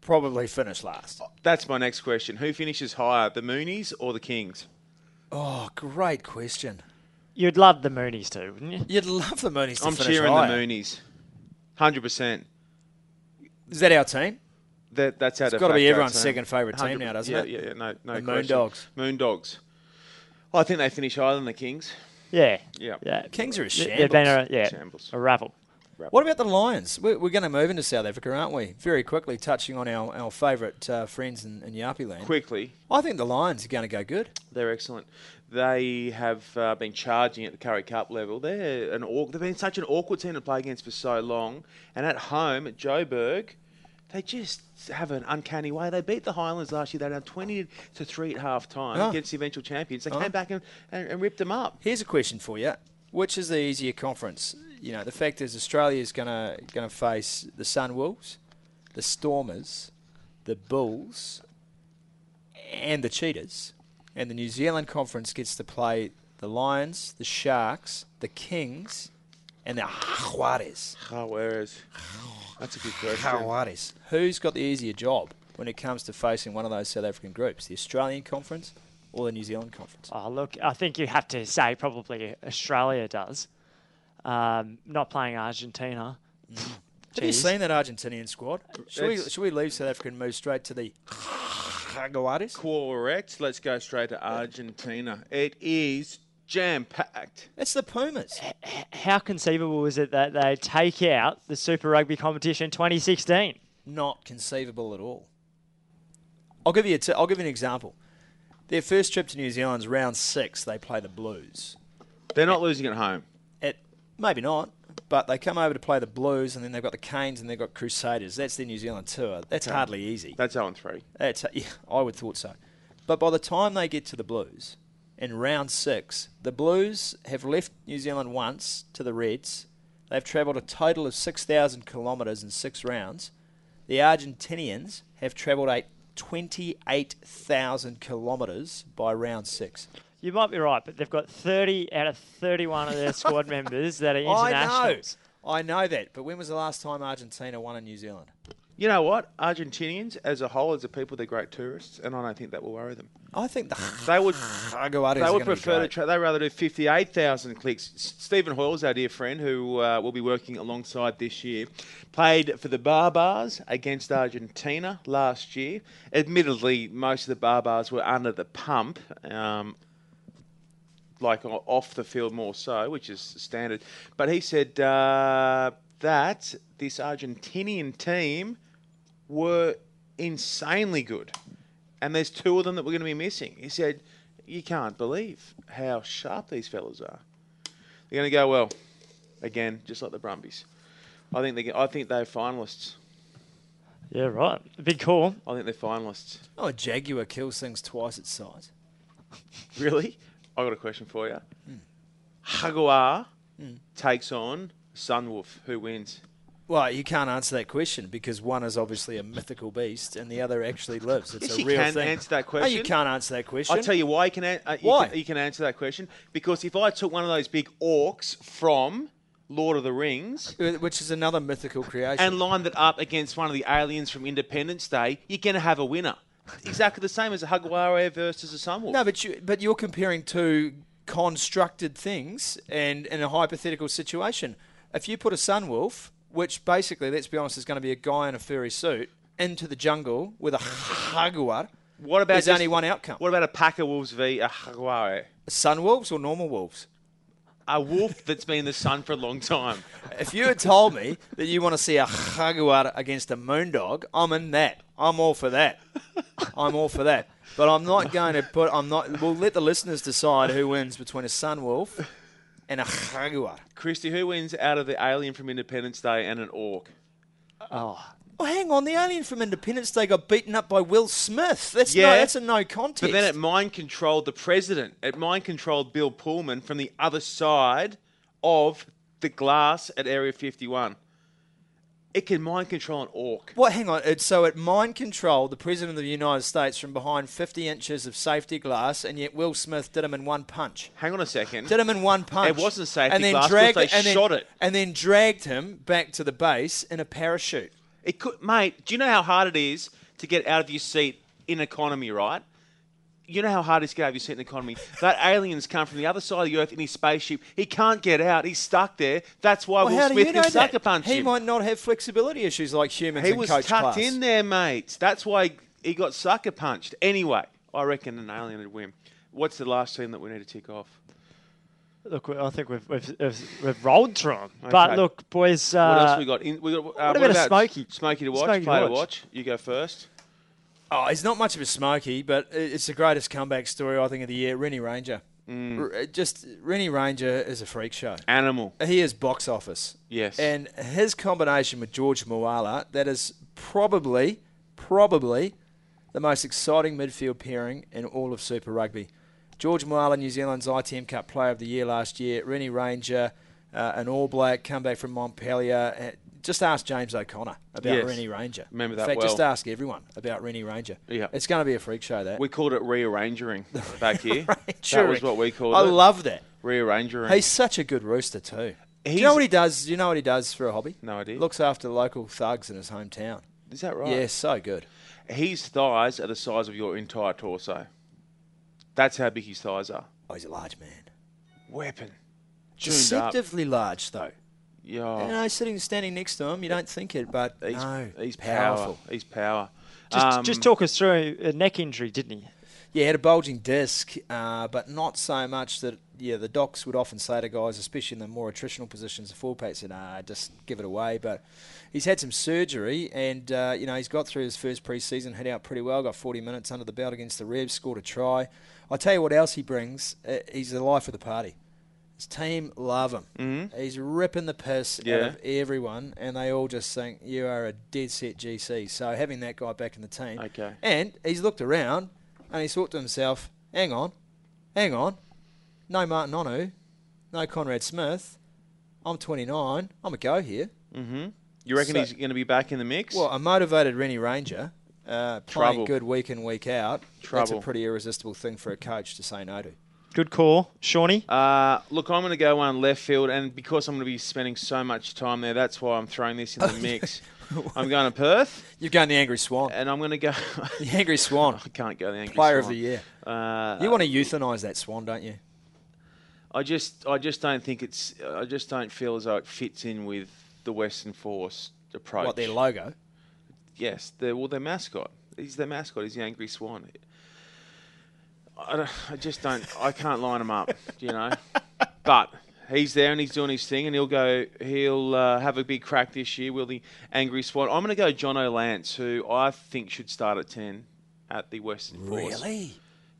[SPEAKER 5] probably finish last?
[SPEAKER 4] That's my next question. Who finishes higher, the Moonies or the Kings?
[SPEAKER 5] Oh, great question.
[SPEAKER 3] You'd love the Moonies too, wouldn't you?
[SPEAKER 5] You'd love the Moonies to
[SPEAKER 4] I'm
[SPEAKER 5] finish
[SPEAKER 4] cheering
[SPEAKER 5] higher.
[SPEAKER 4] the Moonies, hundred percent.
[SPEAKER 5] Is that our team?
[SPEAKER 4] That, that's how it's
[SPEAKER 5] gotta be everyone's second favourite team now, doesn't
[SPEAKER 4] yeah,
[SPEAKER 5] it?
[SPEAKER 4] Yeah, yeah, no, no
[SPEAKER 5] The
[SPEAKER 4] question.
[SPEAKER 5] Moondogs.
[SPEAKER 4] Moondogs. I think they finish higher than the Kings.
[SPEAKER 3] Yeah.
[SPEAKER 4] Yeah.
[SPEAKER 3] Yeah.
[SPEAKER 5] Kings are a
[SPEAKER 3] They-
[SPEAKER 5] shambles.
[SPEAKER 3] They've been a, yeah,
[SPEAKER 4] Shambles.
[SPEAKER 3] a ravel.
[SPEAKER 5] What about the Lions? We're, we're going to move into South Africa, aren't we? Very quickly, touching on our, our favourite uh, friends in, in Yapi land.
[SPEAKER 4] Quickly,
[SPEAKER 5] I think the Lions are going to go good.
[SPEAKER 4] they're excellent. They have uh, been charging at the Curry Cup level. They're an awk- they've been such an awkward team to play against for so long, and at home at Joburg, they just have an uncanny way. They beat the Highlands last year. They were down twenty to three at half time
[SPEAKER 5] Oh.
[SPEAKER 4] against the eventual champions. They
[SPEAKER 5] Oh.
[SPEAKER 4] came back and, and, and ripped them up.
[SPEAKER 5] Here's a question for you: Which is the easier conference? You know, the fact is Australia is going to going to face the Sunwolves, the Stormers, the Bulls, and the Cheetahs, and the New Zealand conference gets to play the Lions, the Sharks, the Kings, and the Jaguares.
[SPEAKER 4] Oh, whereas that's a good question.
[SPEAKER 5] Jaguares. Who's got the easier job when it comes to facing one of those South African groups? The Australian conference or the New Zealand conference?
[SPEAKER 3] Oh, look, I think you have to say probably Australia does. um, not playing Argentina.
[SPEAKER 5] Have you
[SPEAKER 3] Jeez.
[SPEAKER 5] seen that Argentinian squad? Should we,
[SPEAKER 4] That's-
[SPEAKER 5] should we leave South Africa and move straight to the Jaguares?
[SPEAKER 4] Correct. Let's go straight to Argentina. It is jam packed.
[SPEAKER 5] That's the Pumas.
[SPEAKER 3] How conceivable is it that they take out the Super Rugby competition 2016?
[SPEAKER 5] Not conceivable at all. I'll give you a t- I'll give you an example. Their first trip to New Zealand's round six. They play the Blues.
[SPEAKER 4] They're not losing at home.
[SPEAKER 5] It maybe not, but they come over to play the Blues, and then they've got the Canes, and they've got Crusaders. That's their New Zealand tour. That's hardly easy.
[SPEAKER 4] That's 0 3.
[SPEAKER 5] That's yeah, I would thought so. But by the time they get to the Blues in round six, the Blues have left New Zealand once to the Reds. They've travelled a total of six thousand kilometres in six rounds. The Argentinians have travelled eight. 28,000 kilometres by round six.
[SPEAKER 3] You might be right, but they've got 30 out of 31 of their squad members that are internationals.
[SPEAKER 5] I know. I know that. But when was the last time Argentina won in New Zealand?
[SPEAKER 4] You know what? Argentinians as a whole, as a people, they're great tourists, and I don't think that will worry them.
[SPEAKER 5] I think the
[SPEAKER 4] They would.
[SPEAKER 5] Jaguares
[SPEAKER 4] They
[SPEAKER 5] are
[SPEAKER 4] would
[SPEAKER 5] gonna be
[SPEAKER 4] prefer to.
[SPEAKER 5] great.
[SPEAKER 4] Tra- they rather do fifty-eight thousand clicks. S- Stephen Hoyle's our dear friend, who uh, will be working alongside this year, played for the Barbars against Argentina last year. Admittedly, most of the Barbars were under the pump, um, like o- off the field more so, which is standard. But he said uh, that this Argentinian team were insanely good. And there's two of them that we're going to be missing. He said, You can't believe how sharp these fellas are. They're going to go well. Again, just like the Brumbies. I think, they, I think they're finalists.
[SPEAKER 3] Yeah, right. Big call.
[SPEAKER 4] I think they're finalists.
[SPEAKER 5] Oh, a Jaguar kills things twice its size.
[SPEAKER 4] Really? I got a question for you. Jaguar takes on Sunwolf. Who wins?
[SPEAKER 5] Well, you can't answer that question because one is obviously a mythical beast and the other actually lives. It's
[SPEAKER 4] Yes,
[SPEAKER 5] a
[SPEAKER 4] you
[SPEAKER 5] real
[SPEAKER 4] can
[SPEAKER 5] thing.
[SPEAKER 4] answer that
[SPEAKER 5] No, you
[SPEAKER 4] question.
[SPEAKER 5] can't answer that question.
[SPEAKER 4] I'll tell you why you can, an- uh, you,
[SPEAKER 5] Why?
[SPEAKER 4] Can, you can answer that question. Because if I took one of those big orcs from Lord of the Rings.
[SPEAKER 5] you, uh, which is another mythical creation.
[SPEAKER 4] and lined it up against one of the aliens from Independence Day, you're going to have a winner. Exactly the same as a Haguare versus a Sunwolf.
[SPEAKER 5] no, but you but you're comparing two constructed things and in a hypothetical situation. If you put a sunwolf, which basically, let's be honest, is going to be a guy in a furry suit, into the jungle with a jaguar,
[SPEAKER 4] what about
[SPEAKER 5] there's
[SPEAKER 4] just-
[SPEAKER 5] only one outcome:
[SPEAKER 4] What about a pack of wolves v a Haguare?
[SPEAKER 5] sunwolves or normal wolves.
[SPEAKER 4] A wolf that's been in the sun for a long time.
[SPEAKER 5] If you had told me that you want to see a jaguar against a moondog, I'm in that. I'm all for that. I'm all for that. But I'm not going to put. I'm not. We'll let the listeners decide who wins between a sunwolf and a jaguar.
[SPEAKER 4] Christy, who wins out of the alien from Independence Day and an orc?
[SPEAKER 5] Oh, hang on. The alien from Independence Day got beaten up by Will Smith. That's no.
[SPEAKER 4] Yeah.
[SPEAKER 5] That's a no
[SPEAKER 4] But
[SPEAKER 5] contest.
[SPEAKER 4] then it mind controlled the president. It mind controlled Bill Pullman from the other side of the glass at Area 51. It can mind control an orc.
[SPEAKER 5] What? Hang on. It, so it mind controlled the president of the United States from behind 50 inches of safety glass, and yet Will Smith did him in one punch.
[SPEAKER 4] Hang on a second.
[SPEAKER 5] did him in one punch.
[SPEAKER 4] It wasn't safety glass, 'cause they shot
[SPEAKER 5] then,
[SPEAKER 4] it.
[SPEAKER 5] and then dragged him back to the base in a parachute.
[SPEAKER 4] It could, mate. Do you know how hard it is to get out of your seat in economy, right? You know how hard it is to get out of your seat in economy. That alien's come from the other side of the earth in his spaceship. He can't get out. He's stuck there. That's why
[SPEAKER 5] Well,
[SPEAKER 4] Will
[SPEAKER 5] how do
[SPEAKER 4] Smith
[SPEAKER 5] you know
[SPEAKER 4] can sucker
[SPEAKER 5] that?
[SPEAKER 4] punch
[SPEAKER 5] He
[SPEAKER 4] him.
[SPEAKER 5] might not have flexibility issues like humans.
[SPEAKER 4] he
[SPEAKER 5] in
[SPEAKER 4] was
[SPEAKER 5] coach
[SPEAKER 4] tucked
[SPEAKER 5] class.
[SPEAKER 4] in there, mate. That's why he got sucker punched. Anyway, I reckon an alien would win. What's the last team that we need to tick off?
[SPEAKER 3] Look, I think we've, we've, we've, we've rolled through them. But
[SPEAKER 4] Okay.
[SPEAKER 3] look, boys.
[SPEAKER 4] What
[SPEAKER 3] Uh,
[SPEAKER 4] else we got? In, we got uh,
[SPEAKER 3] about a Smokey?
[SPEAKER 4] Smokey to watch.
[SPEAKER 3] Smokey to
[SPEAKER 4] play to
[SPEAKER 3] watch.
[SPEAKER 4] watch. You go first.
[SPEAKER 5] Oh, he's not much of a smoky, but i- it's the greatest comeback story I think of the year. Rennie Ranger.
[SPEAKER 4] Mm.
[SPEAKER 5] R- uh, just Rennie Ranger is a freak show.
[SPEAKER 4] Animal.
[SPEAKER 5] He is box office.
[SPEAKER 4] Yes.
[SPEAKER 5] And his combination with George Moala, that is probably, probably the most exciting midfield pairing in all of Super Rugby. George Moala, New Zealand's ITM Cup Player of the Year last year. Rennie Ranger, uh, an All Black, comeback from Montpellier. Uh, Just ask James O'Connor about
[SPEAKER 4] Yes.
[SPEAKER 5] Rennie Ranger.
[SPEAKER 4] Remember
[SPEAKER 5] In
[SPEAKER 4] that
[SPEAKER 5] fact, just
[SPEAKER 4] well.
[SPEAKER 5] ask everyone about Rennie Ranger.
[SPEAKER 4] Yeah.
[SPEAKER 5] It's going to be a freak show, that.
[SPEAKER 4] We called it rearranging back here. That was
[SPEAKER 5] Turing.
[SPEAKER 4] what we called
[SPEAKER 5] I
[SPEAKER 4] it.
[SPEAKER 5] love that.
[SPEAKER 4] rearranging.
[SPEAKER 5] He's such a good rooster too. do
[SPEAKER 4] He's-
[SPEAKER 5] you know what he does? Do you know what he does for a hobby?
[SPEAKER 4] No idea.
[SPEAKER 5] Looks after local thugs in his hometown.
[SPEAKER 4] Is that right?
[SPEAKER 5] Yeah, so good.
[SPEAKER 4] His thighs are the size of your entire torso. That's how big his thighs are.
[SPEAKER 5] Oh, he's a large man.
[SPEAKER 4] Weapon. tuned up.
[SPEAKER 5] Deceptively large, though.
[SPEAKER 4] Yeah,
[SPEAKER 5] You know, sitting, standing next to him, you don't think it, but
[SPEAKER 4] he's,
[SPEAKER 5] no,
[SPEAKER 4] he's powerful. He's power.
[SPEAKER 3] Just,
[SPEAKER 4] Um,
[SPEAKER 3] just talk us through a neck injury, didn't he?
[SPEAKER 5] Yeah, he had a bulging disc, uh, but not so much that. Yeah, the docs would often say to guys, especially in the more attritional positions, the full pack said, "Nah, just give it away." But he's had some surgery, and uh, you know he's got through his first preseason, hit out pretty well, got 40 minutes under the belt against the Rebs, scored a try. I tell you what else he brings. Uh, he's the life of the party. His team love him. Mm-hmm. He's ripping the piss out
[SPEAKER 4] Yeah.
[SPEAKER 5] of everyone, and they all just think you are a dead set GC. So having that guy back in the team,
[SPEAKER 4] Okay.
[SPEAKER 5] and he's looked around and he's thought to himself, hang on, hang on. No Martin Onu, no Conrad Smith. I'm 29. I'm a go here.
[SPEAKER 4] You reckon
[SPEAKER 5] So-
[SPEAKER 4] he's going to be back in the mix?
[SPEAKER 5] Well, a motivated Rennie Ranger, uh, playing
[SPEAKER 4] Trouble.
[SPEAKER 5] good week in, week out. That's a
[SPEAKER 4] Trouble.
[SPEAKER 5] pretty irresistible thing for a coach to say no to.
[SPEAKER 3] Good call, Shawnee.
[SPEAKER 4] Uh, look, I'm going to go one left field, and because I'm going to be spending so much time there, that's why I'm throwing this in the mix. I'm going to Perth,
[SPEAKER 5] You've gone the angry swan.
[SPEAKER 4] and I'm going to go.
[SPEAKER 5] The angry swan.
[SPEAKER 4] I can't go the angry
[SPEAKER 5] Player of
[SPEAKER 4] Swan.
[SPEAKER 5] the year.
[SPEAKER 4] Uh,
[SPEAKER 5] You want to euthanise that swan, don't you?
[SPEAKER 4] I just, I just don't think it's. I just don't feel as though it fits in with the Western Force approach.
[SPEAKER 5] What their logo?
[SPEAKER 4] Yes, they're well, their mascot. He's their mascot. He's the angry swan. I, don't, I just don't. I can't line him up, you know. But he's there and he's doing his thing, and he'll go. He'll uh, have a big crack this year. Will the angry swan? I'm going to go John O'Lance, who I think should start at ten at the Western Force.
[SPEAKER 5] Really?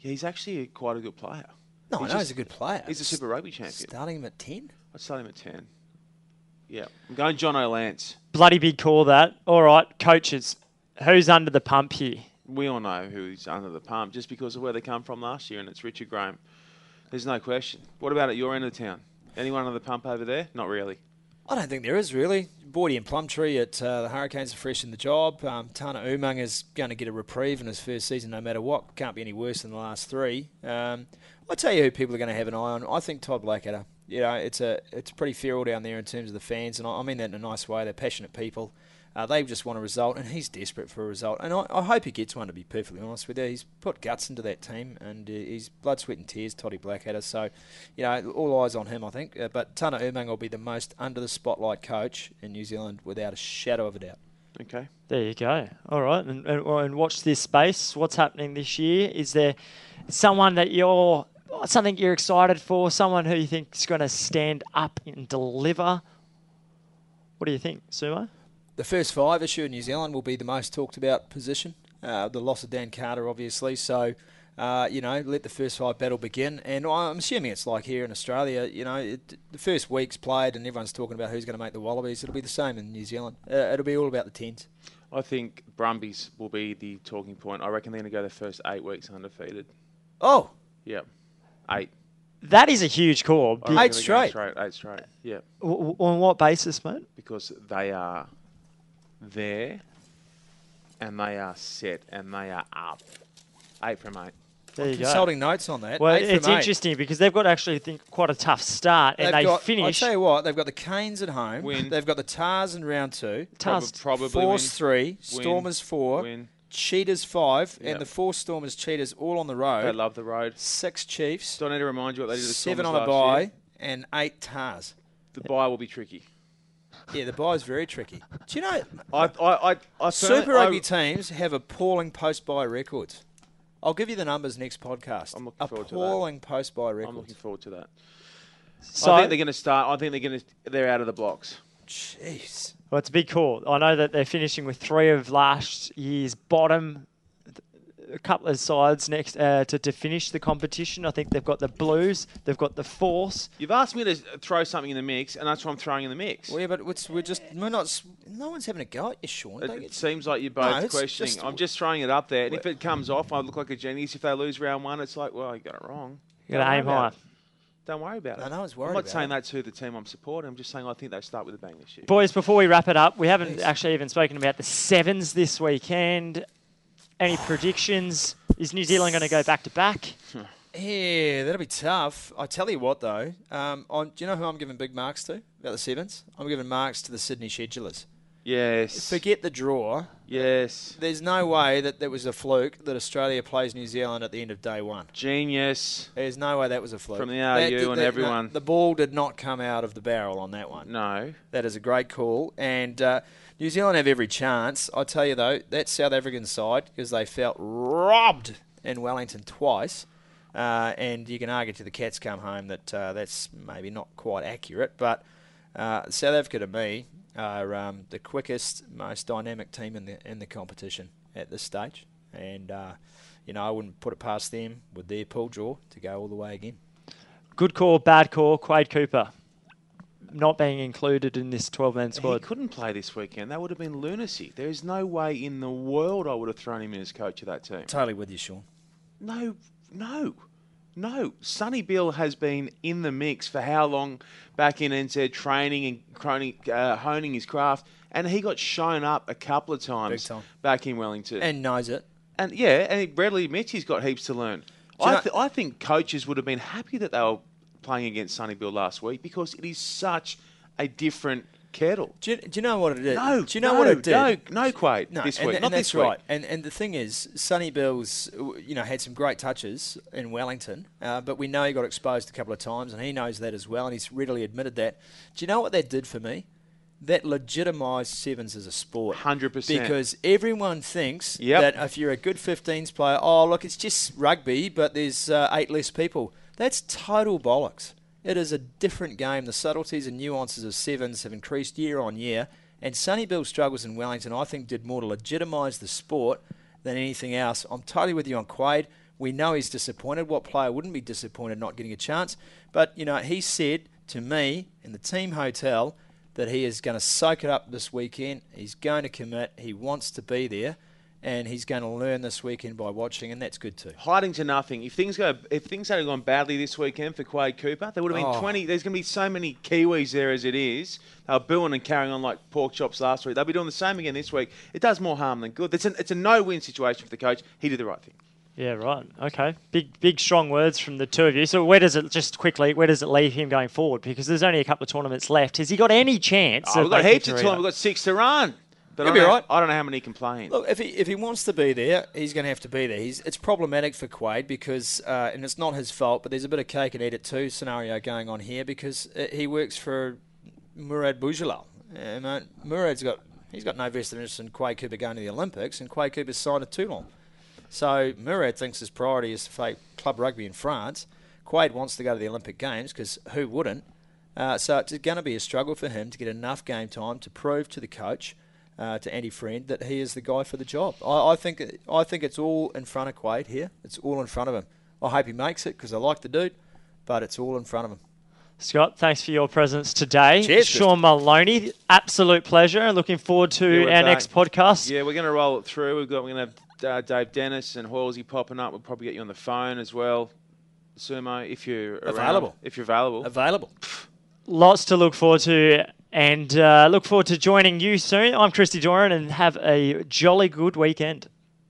[SPEAKER 4] Yeah, he's actually a, quite a good player.
[SPEAKER 5] No, I
[SPEAKER 4] He's
[SPEAKER 5] know
[SPEAKER 4] just-
[SPEAKER 5] he's a good player.
[SPEAKER 4] He's a Super Rugby champion.
[SPEAKER 5] Starting him at 10?
[SPEAKER 4] I'd start him at ten. Yeah, I'm going John O'Lance.
[SPEAKER 3] Bloody big call that. All right, coaches, who's under the pump here?
[SPEAKER 4] we all know who's under the pump just because of where they come from last year, and it's Richard Graham. There's no question. What about at your end of town? Anyone under the pump over there? Not really.
[SPEAKER 5] I don't think there is really. Bordy and Plumtree at uh, the Hurricanes are fresh in the job. Um, Tana Umang is going to get a reprieve in his first season, no matter what. Can't be any worse than the last three. Um, I tell you who people are going to have an eye on. I think Todd Blackadder. You know, it's a it's pretty feral down there in terms of the fans, and I, I mean that in a nice way. They're passionate people. Uh, they just want a result, and he's desperate for a result. And I, I hope he gets one. To be perfectly honest with you, he's put guts into that team, and uh, he's blood, sweat, and tears. Toddy Blackadder. So, you know, all eyes on him, I think. Uh, but Tana Umang will be the most under the spotlight coach in New Zealand, without a shadow of a doubt.
[SPEAKER 4] Okay.
[SPEAKER 3] There you go. All right, and, and, and watch this space. What's happening this year? Is there someone that you're something you're excited for? Someone who you think is going to stand up and deliver? What do you think, Sumo?
[SPEAKER 5] The first five issue in New Zealand will be the most talked about position. Uh, the loss of Dan Carter, obviously. So, uh, you know, let the first five battle begin. And I'm assuming it's like here in Australia, you know, it, the first week's played and everyone's talking about who's going to make the Wallabies. It'll be the same in New Zealand. Uh, it'll be all about the tens.
[SPEAKER 4] I think Brumbies will be the talking point. I reckon they're going to go their first eight weeks undefeated.
[SPEAKER 5] Oh,
[SPEAKER 4] Yeah. Eight.
[SPEAKER 3] That is a huge call.
[SPEAKER 4] I reckon they're going
[SPEAKER 5] straight.
[SPEAKER 4] straight. Eight straight. Yeah.
[SPEAKER 3] W- w- on what basis, mate?
[SPEAKER 4] Because they are there and they are set and they are up. Eight from eight.
[SPEAKER 3] There you go.
[SPEAKER 5] consulting notes on that.
[SPEAKER 3] Well,
[SPEAKER 5] Eight from
[SPEAKER 3] it's
[SPEAKER 5] eight.
[SPEAKER 3] interesting because they've got actually I think quite a tough start, and
[SPEAKER 5] They've
[SPEAKER 3] they
[SPEAKER 5] got-
[SPEAKER 3] finish
[SPEAKER 5] I tell you what, they've got the Canes at home.
[SPEAKER 4] Win.
[SPEAKER 5] They've got the Tars in round two.
[SPEAKER 4] Prob-
[SPEAKER 3] Tars.
[SPEAKER 4] probably win.
[SPEAKER 5] Force three,
[SPEAKER 4] Win.
[SPEAKER 5] Stormers four,
[SPEAKER 4] Win.
[SPEAKER 5] Cheetahs five,
[SPEAKER 4] Yep.
[SPEAKER 5] and the four Stormers Cheetahs all on the road.
[SPEAKER 4] They love the road.
[SPEAKER 5] Six Chiefs,
[SPEAKER 4] Do I need to remind you what they did to the
[SPEAKER 5] seven on
[SPEAKER 4] Stormers
[SPEAKER 5] a
[SPEAKER 4] last
[SPEAKER 5] bye,
[SPEAKER 4] year?
[SPEAKER 5] and eight Tars.
[SPEAKER 4] The bye will be tricky.
[SPEAKER 5] Yeah, the bye is very tricky. Do you know
[SPEAKER 4] I, I, I, I
[SPEAKER 5] Super
[SPEAKER 4] firmly- I-
[SPEAKER 5] Rugby teams have appalling post buy records? I'll give you the numbers next podcast.
[SPEAKER 4] I'm looking forward to that.
[SPEAKER 5] appalling post buy
[SPEAKER 4] I'm looking
[SPEAKER 5] records.
[SPEAKER 4] forward to that.
[SPEAKER 3] So
[SPEAKER 4] I think they're going to start. I think they're going to. They're out of the blocks.
[SPEAKER 5] Jeez.
[SPEAKER 3] Well, it's a big call. I know that they're finishing with three of last year's bottom, a couple of sides next uh, to, to finish the competition. I think they've got the Blues, they've got the Force.
[SPEAKER 4] You've asked me to throw something in the mix, and that's what I'm throwing in the mix.
[SPEAKER 5] Well, yeah, but it's, we're just we're not. s- No one's having a go at you, Sean.
[SPEAKER 4] it,
[SPEAKER 5] Don't
[SPEAKER 4] it
[SPEAKER 5] get
[SPEAKER 4] seems like you're
[SPEAKER 5] No,
[SPEAKER 4] both
[SPEAKER 5] it's
[SPEAKER 4] questioning.
[SPEAKER 5] just-
[SPEAKER 4] I'm just throwing it up there, and if it comes off, I look like a genius. If they lose round one, it's like, well, you got it wrong.
[SPEAKER 3] You're going to
[SPEAKER 4] Don't
[SPEAKER 3] aim
[SPEAKER 4] worry
[SPEAKER 3] high.
[SPEAKER 4] about it. Don't worry about it.
[SPEAKER 5] I know, I was worried
[SPEAKER 4] I'm not
[SPEAKER 5] about
[SPEAKER 4] saying
[SPEAKER 5] it.
[SPEAKER 4] that to the team I'm supporting. I'm just saying I think they start with a bang this year.
[SPEAKER 3] Boys, before we wrap it up, we haven't
[SPEAKER 5] Please.
[SPEAKER 3] actually even spoken about the sevens this weekend. Any predictions? Is New Zealand going to go back to back?
[SPEAKER 5] Yeah, that'll be tough. I tell you what, though, um, I'm, do you know who I'm giving big marks to about the sevens? I'm giving marks to the Sydney schedulers.
[SPEAKER 4] Yes.
[SPEAKER 5] Forget the draw.
[SPEAKER 4] Yes.
[SPEAKER 5] There's no way that that was a fluke that Australia plays New Zealand at the end of day one.
[SPEAKER 4] Genius.
[SPEAKER 5] There's no way that was a fluke.
[SPEAKER 4] From the
[SPEAKER 5] That-
[SPEAKER 4] RU and
[SPEAKER 5] that-
[SPEAKER 4] everyone.
[SPEAKER 5] The ball did not come out of the barrel on that one.
[SPEAKER 4] No.
[SPEAKER 5] That is a great call. And uh, New Zealand have every chance. I tell you, though, that South African side, because they felt robbed in Wellington twice. Uh, and you can argue to the Cats come home that uh, that's maybe not quite accurate. But uh, South Africa, to me, are um, the quickest, most dynamic team in the, in the competition at this stage. And, uh, you know, I wouldn't put it past them with their pool draw to go all the way again.
[SPEAKER 3] Good call, bad call, Quade Cooper. Not being included in this 12 man
[SPEAKER 4] He
[SPEAKER 3] squad.
[SPEAKER 4] couldn't play this weekend. That would have been lunacy. There is no way in the world I would have thrown him in as coach of that team.
[SPEAKER 5] Totally with you, Sean.
[SPEAKER 4] No, no, no. Sonny Bill has been in the mix for how long back in NZ training and croning, uh, honing his craft, and he got shown up a couple of times
[SPEAKER 5] time.
[SPEAKER 4] back in Wellington. And,
[SPEAKER 5] And knows it.
[SPEAKER 4] yeah, and he- Bradley admits he's got heaps to learn.
[SPEAKER 5] you
[SPEAKER 4] I,
[SPEAKER 5] know-
[SPEAKER 4] th- I think coaches would have been happy that they were playing against Sonny Bill last week because it is such a different kettle.
[SPEAKER 5] Do you, do you know what it is?
[SPEAKER 4] No,
[SPEAKER 5] do you know
[SPEAKER 4] no,
[SPEAKER 5] what it did?
[SPEAKER 4] No, no, Quade.
[SPEAKER 5] No,
[SPEAKER 4] this
[SPEAKER 5] and,
[SPEAKER 4] week,
[SPEAKER 5] and
[SPEAKER 4] not
[SPEAKER 5] that's
[SPEAKER 4] this week.
[SPEAKER 5] right. And and the thing is, Sonny Bill's, w- you know, had some great touches in Wellington, uh, but we know he got exposed a couple of times, and he knows that as well, and he's readily admitted that. Do you know what that did for me? That legitimised sevens as a sport.
[SPEAKER 4] 100%.
[SPEAKER 5] Because everyone thinks
[SPEAKER 4] Yep.
[SPEAKER 5] that if you're a good 15s player, oh look, it's just rugby, but there's uh, eight less people. That's total bollocks. It is a different game. The subtleties and nuances of sevens have increased year on year, and Sonny Bill's struggles in Wellington, I think, did more to legitimise the sport than anything else. I'm totally with you on Quade. We know he's disappointed. What player wouldn't be disappointed not getting a chance? But you know, he said to me in the team hotel that he is going to soak it up this weekend. He's going to commit. He wants to be there, and he's going to learn this weekend by watching, and that's good too.
[SPEAKER 4] hiding to nothing. If things go, if things had gone badly this weekend for Quade Cooper, there would have been
[SPEAKER 5] Oh.
[SPEAKER 4] twenty. There's going to be so many Kiwis there as it is. They're booing and carrying on like pork chops last week. They'll be doing the same again this week. It does more harm than good. It's a, it's a no-win situation for the coach. He did the right thing.
[SPEAKER 3] Yeah, right. Okay. Big, big, strong words from the two of you. So, where does it just quickly? Where does it leave him going forward? Because there's only a couple of tournaments left. Has he got any chance?
[SPEAKER 4] Oh,
[SPEAKER 3] of
[SPEAKER 4] we've got
[SPEAKER 3] making
[SPEAKER 4] heaps of
[SPEAKER 3] Torino?
[SPEAKER 4] time. We've got six to run. But I
[SPEAKER 5] He'll
[SPEAKER 4] don't,
[SPEAKER 5] be
[SPEAKER 4] know,
[SPEAKER 5] right.
[SPEAKER 4] I don't know how many complain.
[SPEAKER 5] Look, if he if he wants to be there, he's going to have to be there. He's, it's problematic for Quade because, uh, and it's not his fault, but there's a bit of cake and eat it too scenario going on here because uh, he works for Murad Boujalal. And uh, Murad's got he's got no vested interest in Quade Cooper going to the Olympics, and Quade Cooper's signed a Toulon. So Murad thinks his priority is to play club rugby in France. Quade wants to go to the Olympic Games because who wouldn't? Uh, so it's going to be a struggle for him to get enough game time to prove to the coach, uh, to Andy Friend, that he is the guy for the job. I, I think I think it's all in front of Quade here. It's all in front of him. I hope he makes it because I like the dude, but it's all in front of him.
[SPEAKER 3] Scott, thanks for your presence today.
[SPEAKER 5] Cheers,
[SPEAKER 3] Sean Maloney, absolute pleasure. Looking forward
[SPEAKER 4] Yeah,
[SPEAKER 3] to
[SPEAKER 4] we're
[SPEAKER 3] our
[SPEAKER 4] back.
[SPEAKER 3] next podcast.
[SPEAKER 4] Yeah, we're going to roll it through. We've got we're going to have uh, Dave Dennis and Horsey popping up. We'll probably get you on the phone as well, Sumo, if you're around.
[SPEAKER 5] Available.
[SPEAKER 4] If you're available.
[SPEAKER 5] Available.
[SPEAKER 3] Lots to look forward to, and uh, look forward to joining you soon. I'm Christy Doran, and have a jolly good weekend.